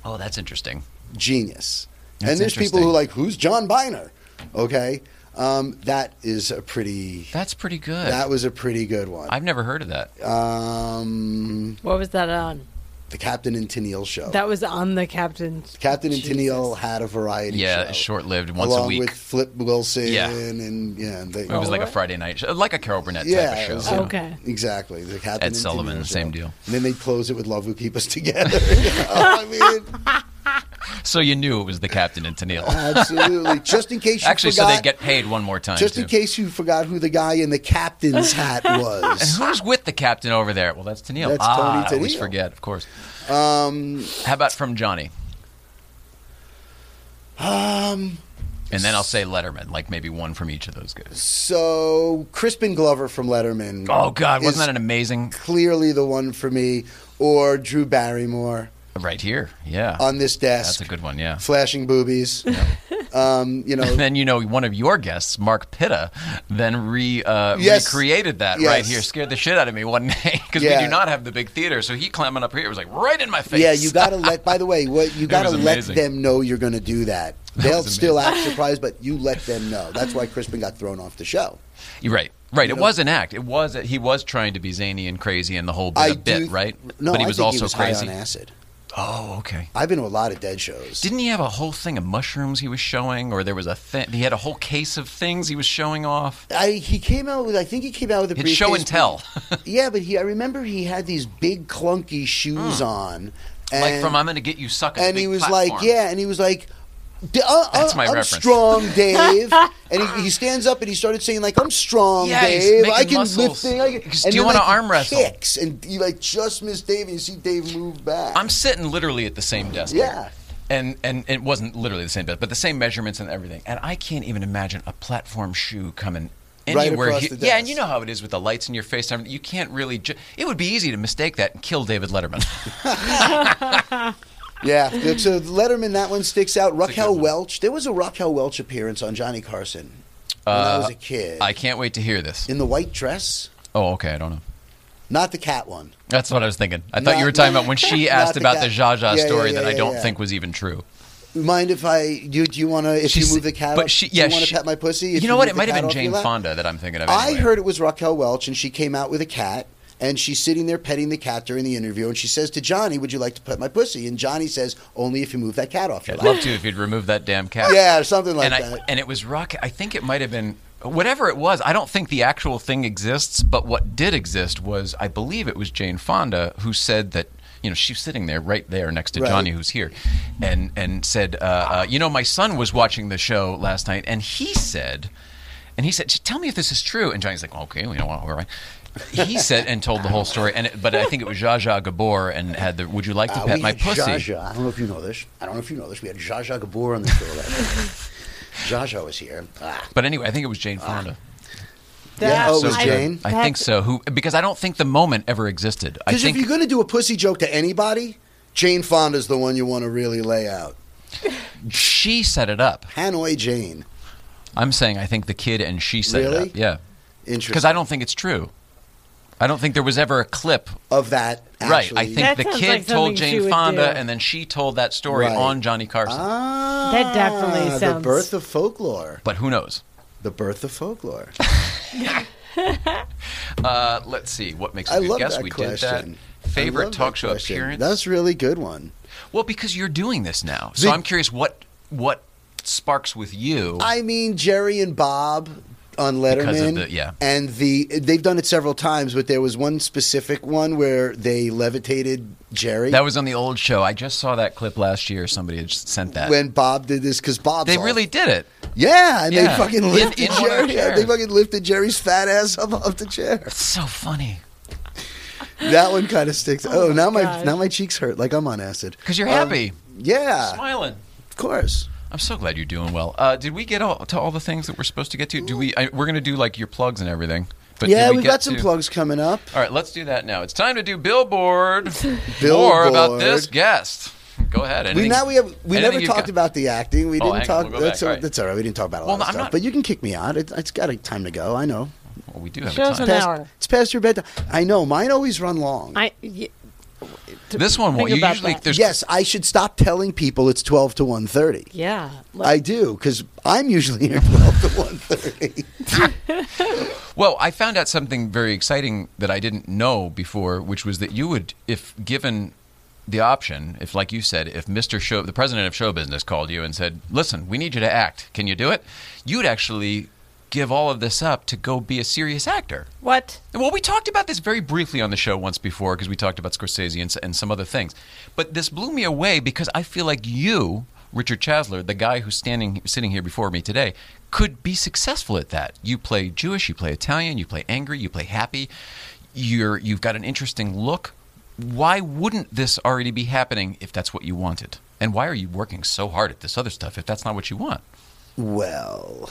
A: Oh, that's interesting.
J: Genius.
A: That's
J: and there's people
A: interesting.
J: who are like, who's John Biner? Okay, um, that is a pretty.
A: That's pretty good.
J: That was a pretty good one.
A: I've never heard of that.
J: Um,
B: What was that on?
J: the Captain and Tennille show.
B: That was on the captain's.
J: Captain and Tennille had a variety
A: Yeah,
J: show.
A: short lived, once
J: along
A: a week.
J: with Flip Wilson
A: Yeah.
J: and yeah, and they,
A: it was like a Friday night show, like a Carol Burnett
J: yeah,
A: type
J: it
A: of
J: was
A: show. you know.
J: like-
B: Oh, Okay.
J: exactly. The Captain
A: Ed
J: and
A: Sullivan,
J: Tennille
A: same
J: show.
A: deal.
J: And then they'd close it with Love Will Keep Us Together. You know, I Oh, mean,
A: so you knew it was the captain and Tennille.
J: Absolutely. Just in case you
A: Actually,
J: forgot.
A: so they get paid one more time.
J: just
A: too.
J: in case you forgot who the guy in the captain's hat was.
A: And who's with the captain over there? Well, that's Tennille.
J: That's
A: ah,
J: Tony
A: I always
J: Tennille.
A: forget, of course.
J: Um,
A: How about from Johnny?
J: Um,
A: And then I'll say Letterman, like maybe one from each of those guys.
J: so Crispin Glover from Letterman.
A: Oh God, wasn't
J: is
A: that an amazing
J: Clearly the one for me, or Drew Barrymore
A: right here? Yeah,
J: on this desk,
A: that's a good one. Yeah.
J: flashing boobies. um, you know,
A: And then you know one of your guests, Mark Pitta, then re uh,
J: Yes.
A: recreated that
J: Yes.
A: right here. Scared the shit out of me one day because
J: Yeah.
A: we do not have the big theater, so he climbing up here it was like right in my face.
J: yeah, you gotta let. By the way, what you gotta
A: was
J: let
A: amazing.
J: them know you're gonna do that. They'll
A: was
J: still act
A: amazing.
J: surprised, but you let them know. That's why Crispin got thrown off the show.
A: You're right. Right,
J: You
A: it
J: know-
A: was an act. It was he was trying to be zany and crazy and the whole bit,
J: I
A: a bit,
J: do-
A: right?
J: No,
A: but
J: I
A: he was
J: think
A: also
J: he was
A: crazy.
J: high on acid.
A: Oh, okay.
J: I've been to a lot of dead shows.
A: Didn't he have a whole thing of mushrooms he was showing, or there was a thing? He had a whole case of things he was showing off.
J: I, he came out with I think he came out with a
A: It's show and
J: briefcase.
A: tell,
J: Yeah, but he I remember he had these big clunky shoes on, and,
A: Hmm. like from "I'm going to get you sucker."
J: and he was like, yeah, and he was like. D- uh,
A: That's
J: uh,
A: my
J: I'm
A: reference.
J: strong, Dave. and he, he stands up and he started saying like, "I'm strong,
A: Yeah, he's
J: Dave. I
A: making
J: can lift
A: muscles.
J: things." I can-"
A: He's
J: And
A: doing
J: then,
A: an
J: like,
A: arm
J: he
A: wrestle.
J: Kicks, and he like just missed Dave, and you see Dave move back.
A: "I'm sitting literally at the same desk." here.
J: yeah,
A: and and it wasn't literally the same desk, but the same measurements and everything. And I can't even imagine a platform shoe coming.
J: Right
A: Anywhere
J: across
A: he-
J: the
A: Yeah,
J: desk.
A: and you know how it is with the lights in your face. I mean, You can't really. Ju- it would be easy to mistake that and kill David Letterman.
J: yeah. So Letterman, that one sticks out. Raquel
A: one.
J: Welch. There was a Raquel Welch appearance on Johnny Carson when I
A: Uh,
J: was a kid
A: I can't wait to hear this.
J: in the white dress,
A: Oh, okay. I don't know.
J: not the cat one.
A: That's what I was thinking. I thought
J: Not-
A: you were talking about when she
J: not
A: asked
J: the
A: about
J: cat.
A: the Zsa Zsa
J: Yeah, yeah,
A: story
J: yeah,
A: that I
J: yeah,
A: don't
J: yeah.
A: think was even true.
J: Mind if I? Do, do you want to? If
A: She's-
J: you move the cat,
A: but
J: up,
A: she-
J: do
A: yeah,
J: you want to
A: she-
J: pet my pussy? If
A: you know what?
J: move
A: It
J: the
A: might have
J: cat
A: been
J: off your
A: Jane
J: lap?
A: Fonda that I'm thinking of.
J: I
A: anyway.
J: heard it was Raquel Welch, and she came out with a cat, and she's sitting there petting the cat during the interview, and she says to Johnny, "Would you like to pet my pussy?" And Johnny says, "Only if you move that cat off your
A: I'd
J: lap."
A: love to if you'd remove that damn cat.
J: Yeah, or something like
A: and I,
J: that.
A: and it was rock. I think it might have been whatever it was. I don't think the actual thing exists, but what did exist was I believe it was Jane Fonda who said that. You know, she's sitting there, right there, next to
J: Right.
A: Johnny, who's here, and and said, uh, uh, "You know, my son was watching the show last night, and he said, and he said, tell me if this is true." And Johnny's like, "Okay, you know, all right." He said and told the whole story, and it, but I think it was Zsa Zsa Gabor and had the "Would you like to
J: Uh,
A: pet
J: we
A: my
J: had
A: pussy?"
J: Zsa Zsa. I don't know if you know this. I don't know if you know this. We had Zsa Zsa Gabor on the show last night. Zsa Zsa was here. Ah.
A: But anyway, I think it was Jane Fonda.
J: Yeah, oh, it was
A: So good.
J: Jane.
A: I think so. Who? Because I don't think the moment ever existed. I
J: Because if
A: think
J: you're going to do a pussy joke to anybody, Jane Fonda's the one you want to really lay out.
A: she set it up.
J: Hanoi Jane.
A: I'm saying I think the kid and she set it
J: Really?
A: up. Yeah,
J: Interesting.
A: because I don't think it's true. I don't think there was ever a clip.
J: of that.
A: Right.
J: Actually.
A: I think
B: That
A: the
B: sounds
A: kid
B: like something
A: told
B: she
A: Jane
B: would
A: Fonda,
B: do.
A: and then she told that story
J: Right.
A: on Johnny Carson.
J: Ah,
B: That definitely
J: the
B: sounds-
J: birth of folklore.
A: But who knows?
J: The birth of folklore.
A: Uh, let's see what makes a
J: I
A: good
J: love
A: guess.
J: that
A: we
J: question.
A: did that.
J: I
A: Favorite
J: love
A: talk
J: that
A: show
J: question.
A: appearance.
J: That's a really good one.
A: well, because you're doing this now, so
J: The-
A: I'm curious what what sparks with you.
J: I mean, Jerry and Bob on
A: Because of
J: Letterman,
A: the- yeah.
J: and the they've done it several times, but there was one specific one where they levitated Jerry.
A: That was on the old show. I just saw that clip last year. Somebody had just sent that.
J: when Bob did this because Bob
A: they really did it.
J: yeah, and
A: Yeah.
J: they fucking
A: In-
J: lifted
A: in one of our
J: Jerry.
A: chairs.
J: They fucking lifted Jerry's fat ass up off the chair.
A: It's so funny
J: That one kind of sticks. Oh, now my
B: God.
J: now my cheeks hurt like I'm on acid.
A: because you're
J: Um,
A: happy,
J: Yeah,
A: smiling.
J: of course.
A: I'm so glad you're doing well. Uh, did we get all, to all the things that we're supposed to get to? Do we? I, we're gonna do like your plugs and everything. But did
J: yeah,
A: we
J: we've
A: get
J: got some
A: to-
J: plugs coming up.
A: All right, let's do that now. It's time to do billboard. More
J: Billboard.
A: about this guest. Go ahead.
J: We
A: Anything-
J: now we have we
A: anything
J: never
A: you've
J: talked
A: got-
J: about the acting. We
A: Oh,
J: didn't
A: hang on,
J: talk.
A: we'll go
J: that's,
A: back,
J: all,
A: right.
J: that's all right. We didn't talk about a
A: Well,
J: lot
A: no,
J: of
A: I'm
J: stuff.
A: not-
J: But you can kick me out. It, it's got a time to go. I know.
A: Well, we do have
B: Show
A: a
B: us
A: time.
B: an
J: Past-
B: hour.
J: It's past your bedtime. I know. Mine always run long.
B: I. y- to
A: This one won't.
B: think
A: You
B: about
A: usually
B: that.
A: there's
J: yes, I should stop telling people it's twelve to one thirty.
B: Yeah. Like,
J: I do because I'm usually here twelve to one thirty.
A: Well, I found out something very exciting that I didn't know before, which was that you would, if given the option, if like you said, if Mr. Show, the president of show business called you and said, "Listen, we need you to act. Can you do it?" You'd actually give all of this up to go be a serious actor.
B: what?
A: Well, we talked about this very briefly on the show once before because we talked about Scorsese and, s- and some other things. But this blew me away because I feel like you Richard Chasler, the guy who's standing sitting here before me today, could be successful at that. You play Jewish, you play Italian, you play angry, you play happy. You're you've got an interesting look. Why wouldn't this already be happening if that's what you wanted? And why are you working so hard at this other stuff if that's not what you want?
J: Well,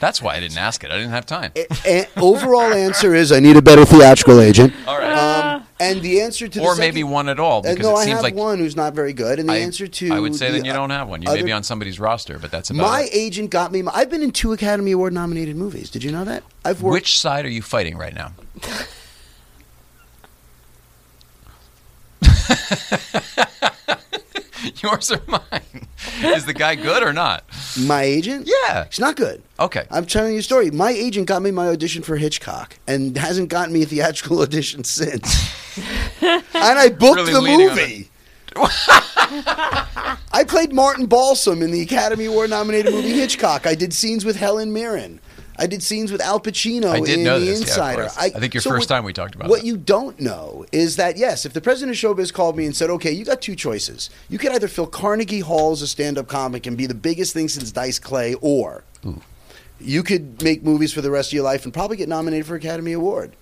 A: that's why I didn't ask it. I didn't have time.
J: A- overall answer is I need a better theatrical agent.
A: All right.
J: Um, and the answer to the
A: or
J: second-
A: maybe one at all
J: Uh,
A: because
J: no,
A: it
J: I
A: seems
J: have
A: like
J: one who's not very good. And the
A: I,
J: answer to
A: I would say
J: the
A: then you don't have one. You may
J: other-
A: be on somebody's roster, but that's about
J: my
A: it.
J: agent got me. I've been in two Academy Award nominated movies. Did you know that? I've worked.
A: Which side are you fighting right now? Yours or mine? Is the guy good or not?
J: My agent?
A: Yeah.
J: She's not good.
A: Okay.
J: I'm telling you a story. My agent got me my audition for Hitchcock and hasn't gotten me a theatrical audition since. and I booked
A: Really
J: the
A: leaning on
J: movie. I played Martin Balsam in the Academy Award nominated movie Hitchcock. I did scenes with Helen Mirren. I did scenes with Al Pacino
A: I did
J: in
A: know
J: The
A: this. yeah, of
J: Insider.
A: course. I, think your
J: so
A: first
J: what-
A: time we talked about
J: what
A: that.
J: you don't know is that yes, if the president of showbiz called me and said, "Okay, you got two choices. You could either fill Carnegie Hall as a stand-up comic and be the biggest thing since Dice Clay, or you could make movies for the rest of your life and probably get nominated for Academy Award."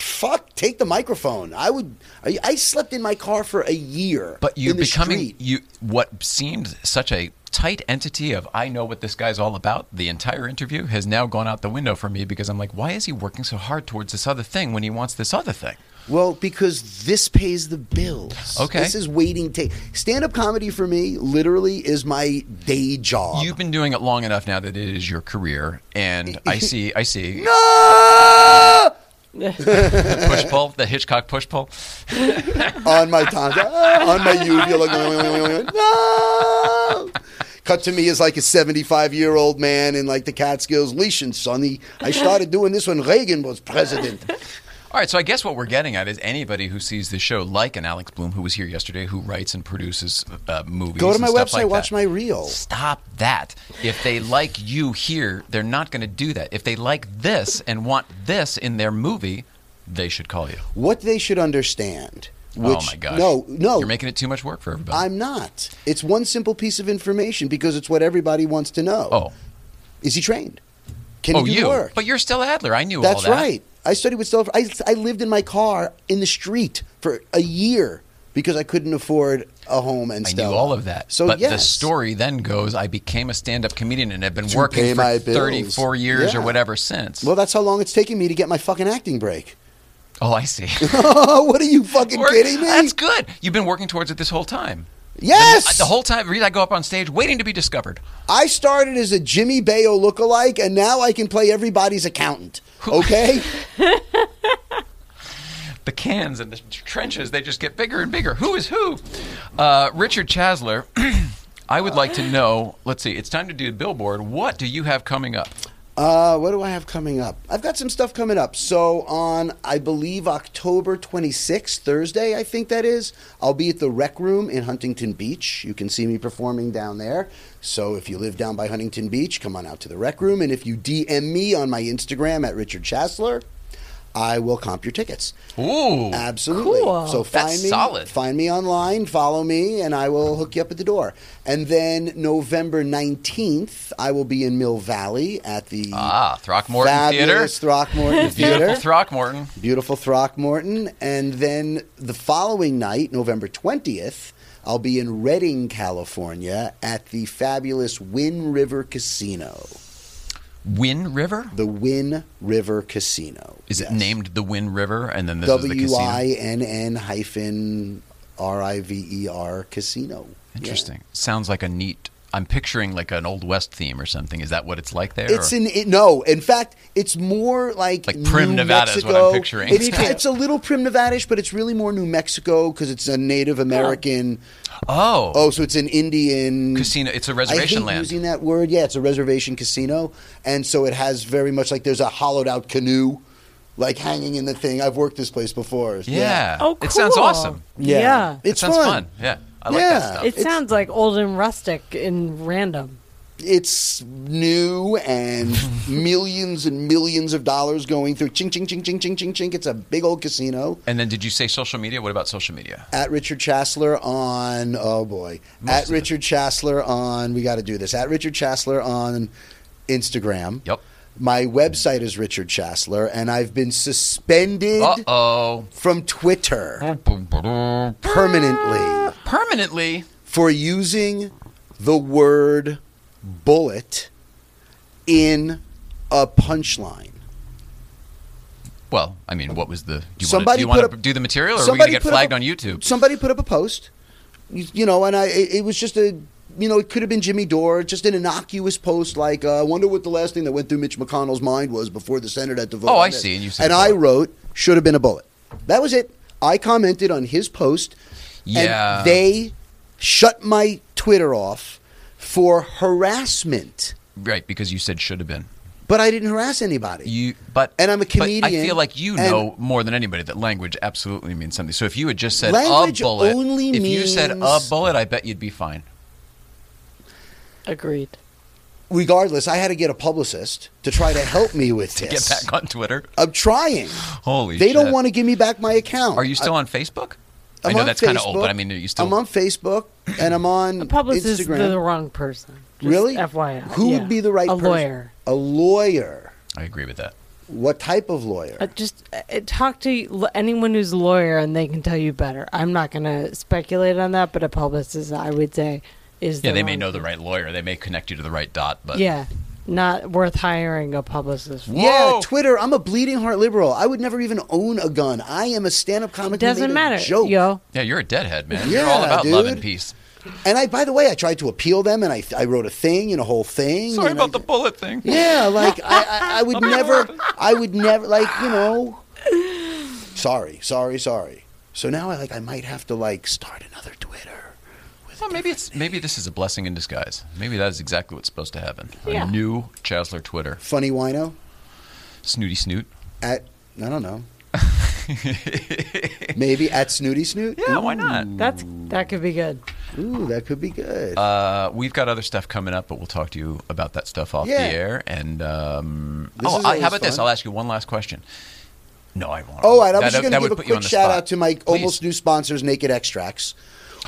J: Fuck, take the microphone. I would. I, I slept in my car for a year.
A: But you're
J: in the
A: becoming
J: street.
A: you what seemed such a tight entity of I know what this guy's all about. The entire interview has now gone out the window for me because I'm like, why is he working so hard towards this other thing when he wants this other thing?
J: Well, because this pays the bills.
A: Okay.
J: this is waiting. Take stand-up comedy for me. Literally, is my day job.
A: You've been doing it long enough now that it is your career, and I see, I see.
J: No!
A: push pull, the Hitchcock push pull.
J: on my tonsil, on my uvula. going, no! Cut to me as like a 75 year old man in like the Catskills. Leishan, sonny. I started doing this when Reagan was president.
A: All right, so I guess what we're getting at is anybody who sees the show, like an Alex Bloom who was here yesterday, who writes and produces uh, movies.
J: Go to
A: and
J: my
A: stuff
J: website,
A: like
J: watch
A: that.
J: my reel.
A: Stop that. If they like you here, they're not going to do that. If they like this and want this in their movie, they should call you.
J: What they should understand. Which,
A: oh my gosh!
J: No, no.
A: you're making it too much work for everybody.
J: I'm not. It's one simple piece of information because it's what everybody wants to know.
A: Oh.
J: Is he trained? Can
A: oh,
J: he do
A: you,
J: the work?
A: but you're still Adler. I knew all
J: That's
A: that.
J: right. I studied with Stella. I, I lived in my car in the street for a year because I couldn't afford a home and
A: I
J: Stella.
A: knew all of that.
J: So
A: but
J: yes.
A: the story then goes I became a stand up comedian and have been
J: To pay
A: working
J: my
A: for
J: bills.
A: 34 years or
J: Yeah.
A: whatever since.
J: Well, that's how long it's taking me to get my fucking acting break.
A: Oh, I see.
J: what are you fucking
A: Work-
J: kidding me?
A: That's good. You've been working towards it this whole time.
J: Yes.
A: The whole time, really, I go up on stage waiting to be discovered.
J: I started as a Jimmy Bayo lookalike, and now I can play everybody's accountant. Okay.
A: The cans and the trenches, they just get bigger and bigger. Who is who? Uh, Richard Chasler, I would like to know let's see, it's time to do a billboard. What do you have coming up?
J: Uh, what do I have coming up? I've got some stuff coming up. So on, I believe October 26th, Thursday, I think that is. I'll be at the Rec Room in Huntington Beach. You can see me performing down there. So if you live down by Huntington Beach, come on out to the Rec Room. And if you DM me on my Instagram at Richard Chasler, I will comp your tickets.
A: Ooh.
J: Absolutely.
A: Mm. Cool.
J: So find
A: That's
J: me,
A: solid.
J: find me online, follow me, and I will hook you up at the door. And then November nineteenth, I will be in Mill Valley at the
A: Ah, Throckmorton Theater.
J: fabulous Throckmorton
A: Beautiful
J: Theater,
A: Throckmorton.
J: beautiful Throckmorton. And then the following night, November twentieth, I'll be in Redding, California, at the fabulous Win River Casino.
A: Win River?
J: The Win River Casino.
A: Is
J: Yes.
A: it named the Win River and then this is the
J: W
A: casino?
J: I N N hyphen R I V E R casino. Yeah.
A: Interesting. Sounds like a neat. I'm picturing like an old west theme or something. Is that what it's like there?
J: It's
A: or-
J: in it, no. In fact, it's more like
A: Like Prim,
J: New
A: Nevada is what I'm
J: Mexico.
A: picturing.
J: It's,
A: Me too.
J: it's a little Prim Nevadish, but it's really more New Mexico because it's a Native American.
A: oh,
J: Oh, so it's an Indian
A: casino. It's a
J: I
A: reservation
J: hate
A: land.
J: using that word. Yeah, it's a reservation casino, and so it has very much like there's a hollowed out canoe, like hanging in the thing. I've worked this place before.
A: yeah. It sounds awesome.
J: Yeah.
B: Oh, Yeah.
A: It
J: It's
A: sounds
J: fun.
A: fun. Yeah. I like that
J: Yeah.
A: stuff.
B: It sounds like old and rustic and random.
J: it's new and millions and millions of dollars going through. Ching, ching, ching, ching, ching, ching, ching. It's a big old casino.
A: And then did you say social media? What about social media?
J: At Richard Chasler on, oh boy. at Richard Chasler on, we got to do this. At Richard Chasler on Instagram.
A: Yep.
J: My website is Richard Chasler, and I've been suspended
A: Uh-oh.
J: from Twitter permanently
A: Permanently?
J: for using the word bullet in a punchline.
A: Well, I mean, what was the? Do you
J: Somebody
A: want
J: put
A: to
J: up-
A: do the material, or are we going
J: somebody
A: to get
J: put up
A: flagged
J: a-
A: on YouTube?
J: Somebody put up a post, you, you know, and I it, it was just a you know it could have been Jimmy Dore, just an innocuous post like uh, I wonder what the last thing that went through Mitch McConnell's mind was before the Senate had to vote.
A: Oh,
J: on
A: I
J: this.
A: see, and you said
J: and I wrote should have been a bullet. That was it. I commented on his post.
A: Yeah.
J: and they shut my Twitter off for harassment,
A: Right, because you said should have been.
J: but I didn't harass anybody.
A: You, but
J: and I'm a comedian.
A: But I feel like you
J: and-
A: know more than anybody that language absolutely means something. So if you had just said
J: Language
A: a bullet,
J: only
A: if you said a
J: means-
A: bullet, I bet you'd be fine.
B: Agreed.
J: Regardless, I had to get a publicist to try to help me with
A: To
J: this.
A: get back on Twitter,
J: I'm trying.
A: holy!
J: they don't
A: shit.
J: want to give me back my account.
A: Are you still
J: I-
A: on Facebook?
J: I'm
A: I know
J: on
A: that's kind of old,
J: Facebook.
A: but I mean, are you still?
J: I'm on Facebook and I'm on
B: A publicist is
J: Instagram.
B: the wrong person. Just
J: really?
B: FYI.
J: Who
B: Yeah.
J: would be the right
B: A
J: person?
B: lawyer.
J: A lawyer.
A: I agree with that.
J: What type of lawyer?
B: Uh, just uh, talk to l- anyone who's a lawyer and they can tell you better. I'm not going to speculate on that, but a publicist, I would say, is
A: Yeah,
B: the
A: they may
B: wrong-
A: know the right lawyer. They may connect you to the right dot, but
B: Yeah, not worth hiring a publicist. for.
J: Yeah, Twitter. I'm a bleeding heart liberal. I would never even own a gun. I am a stand-up comic. who made
B: doesn't
J: a
B: matter,
J: Joke.
B: yo.
A: yeah, you're a deadhead, man.
J: Yeah,
A: you're all about love
J: dude.
A: and peace.
J: And I, by the way, I tried to appeal them, and I, I wrote a thing and a whole thing.
A: Sorry
J: and
A: about
J: I-
A: the bullet thing.
J: Yeah, like I, I, I would never, I would never, like you know. Sorry, sorry, sorry. So now I like I might have to like start another Twitter.
A: Well, maybe it's maybe this is a blessing in disguise. Maybe that is exactly what's supposed to happen.
B: Yeah.
A: A new Chasler Twitter,
J: Funny wino
A: snooty snoot.
J: at I don't know. Maybe at Snooty Snoot.
A: Yeah, why not?
B: That's that could be good.
J: Ooh, that could be good.
A: Uh, we've got other stuff coming up, but we'll talk to you about that stuff off
J: Yeah.
A: the air. And um,
J: This
A: oh,
J: is
A: I,
J: always
A: how about this?
J: fun.
A: I'll ask you one last question. No, I won't.
J: oh, and I
A: That-
J: was just
A: that-
J: going
A: that
J: to
A: would
J: give a
A: put you on
J: quick
A: the
J: shout
A: spot.
J: out to my
A: Please.
J: almost new sponsors, Naked Extracts,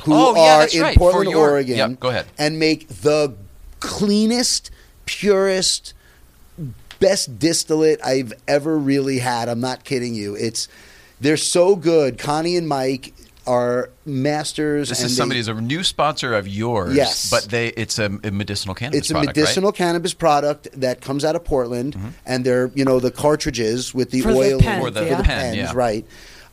J: who
A: Oh, yeah,
J: are
A: that's
J: in
A: right, for
J: Portland,
A: your-
J: Oregon.
A: yeah, go ahead.
J: And make the cleanest, purest, best distillate I've ever really had. I'm not kidding you. It's they're so good. Connie and Mike are masters.
A: This
J: and
A: is
J: they-
A: somebody who's a new sponsor of yours.
J: Yes.
A: but they it's a, a medicinal cannabis.
J: it's a
A: product, right? Mm-hmm.
J: medicinal cannabis product that comes out of Portland, and they're you know the cartridges with the
B: For the
J: oil
B: pens,
A: For the
J: for
A: yeah. pen,
J: pens,
A: yeah.
J: right?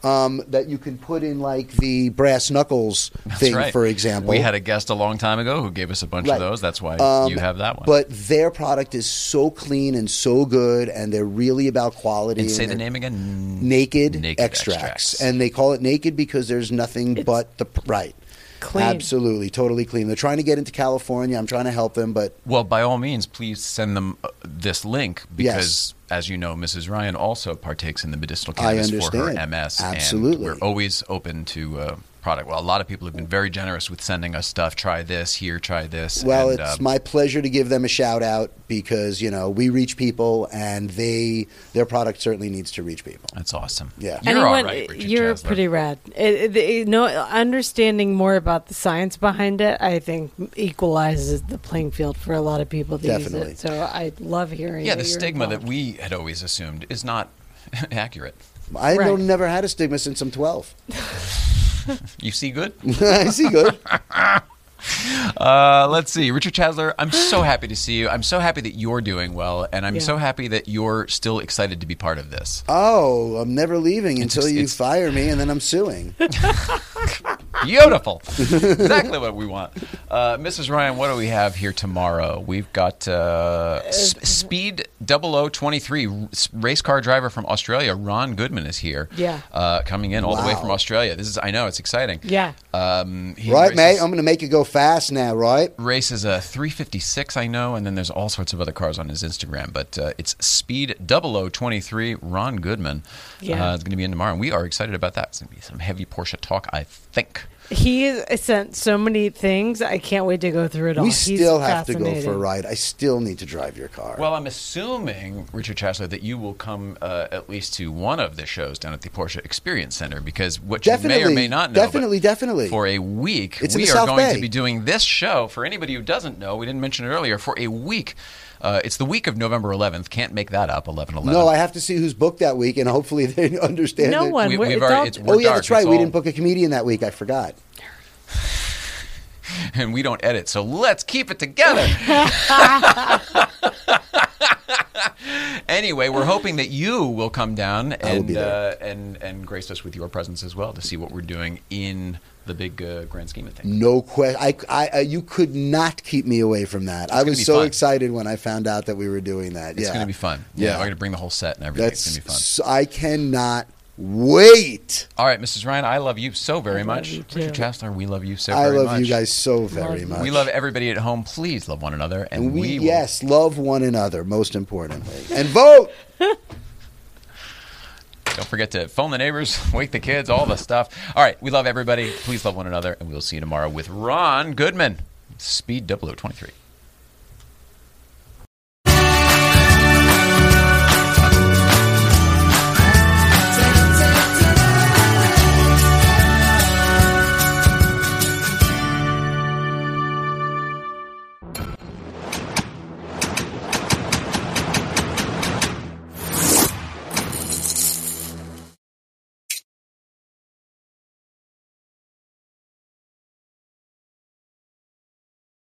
J: Um, that you can put in like the brass knuckles
A: That's
J: thing,
A: right.
J: for example.
A: We had a guest a long time ago who gave us a bunch
J: Right.
A: of those. That's why
J: Um,
A: you have that one.
J: But their product is so clean and so good, and they're really about quality.
A: and say the
J: they're
A: name again.
J: Naked,
A: Naked
J: extracts.
A: extracts.
J: and they call it naked because there's nothing but the right.
B: Clean.
J: Absolutely, totally clean. They're trying to get into California. I'm trying to help them, but
A: Well, by all means, please send them uh, this link because, as you know, Mrs. Ryan also partakes in the medicinal
J: I
A: cannabis for her
J: understand.
A: MS. and
J: Absolutely.
A: we're always open to uh, product. Well, a lot of people have been very generous with sending us stuff. Try this here. Try this.
J: Well,
A: and,
J: it's
A: um,
J: my pleasure to give them a shout out because you know we reach people, and they their product certainly needs to reach people.
A: That's awesome.
J: Yeah.
A: you're
B: Anyone,
A: all right. Richard
B: you're
A: Chasler.
B: pretty rad. It, it, it- no, understanding more about the science behind it, I think, equalizes the playing field for a lot of people to use
J: Definitely.
B: it. So I love hearing.
A: Yeah,
B: that
A: the
B: you're
A: stigma that
B: involved.
A: we had always assumed is not accurate.
J: I
B: Right.
J: don't never had a stigma since I'm 12.
A: You see good.
J: I see good.
A: Uh, let's see. Richard Chasler, I'm so happy to see you. I'm so happy that you're doing well, and I'm
B: Yeah.
A: so happy that you're still excited to be part of this.
J: Oh, I'm never leaving
A: It's-
J: until you
A: it's-
J: fire me, and then I'm suing.
A: Beautiful. exactly what we want. Uh, Mrs. Ryan, what do we have here tomorrow? We've got uh, S- Speed 0023 r- s- race car driver from Australia, Ron Goodman, is here.
B: Yeah.
A: Uh, coming in all the way
J: Wow.
A: from Australia. This is, I know, it's exciting.
B: Yeah.
A: Um, he
J: right, mate?
A: races-
J: I'm going to make it go fast now, right?
A: races a 356 i know and then there's all sorts of other cars on his instagram but uh, it's speed 0023 ron goodman
B: Yeah.
A: uh, it's going to be in tomorrow and we are excited about that it's going to be some heavy porsche talk i think
B: He has sent so many things. I can't wait to go through it all.
J: we
B: oh, He's
J: still have to go for a
B: fascinating.
J: ride. I still need to drive your car.
A: Well, I'm assuming, Richard Chasler, that you will come uh, at least to one of the shows down at the Porsche Experience Center because what you may or may not know. but
J: Definitely, definitely.
A: For a week,
J: It's in
A: we
J: the
A: are
J: South
A: going to
J: Bay.
A: be doing this show. For anybody who doesn't know, we didn't mention it earlier. For a week, uh, it's the week of November 11th. Can't make that up. 11 11.
J: No, I have to see who's booked that week, and hopefully they understand.
A: No
J: it.
A: one. We- We're- we've it's already- all- it's-
J: oh
A: we're
J: yeah,
A: dark.
J: that's right.
A: It's
J: we
A: all-
J: didn't book a comedian that week. I forgot.
A: and we don't edit, so let's keep it together. anyway, we're hoping that you will come down and uh, and and grace us with your presence as well to see what we're doing in the big uh, grand scheme of things.
J: No question. I, I, I- you could not keep me away from that. I
A: gonna
J: was
A: be
J: so
A: fun.
J: excited when I found out that we were doing that.
A: It's
J: yeah.
A: going to be fun.
J: Yeah.
A: Yeah, we're going to bring the whole set and everything.
J: That's.
A: it's going to be fun.
J: so- I cannot wait.
A: All right, Mrs. Ryan, I love you so very much.
J: you too.
A: Richard Chasler, we love you so
J: I
A: very
J: love
A: much.
J: you guys so very much.
A: We love everybody at home. Please love one another, and,
J: we,
A: we will
J: yes love one another most importantly and vote.
A: Don't forget to phone the neighbors, wake the kids, all the stuff. All right, we love everybody. Please love one another, and we'll see you tomorrow with Ron Goodman, Speed 0023.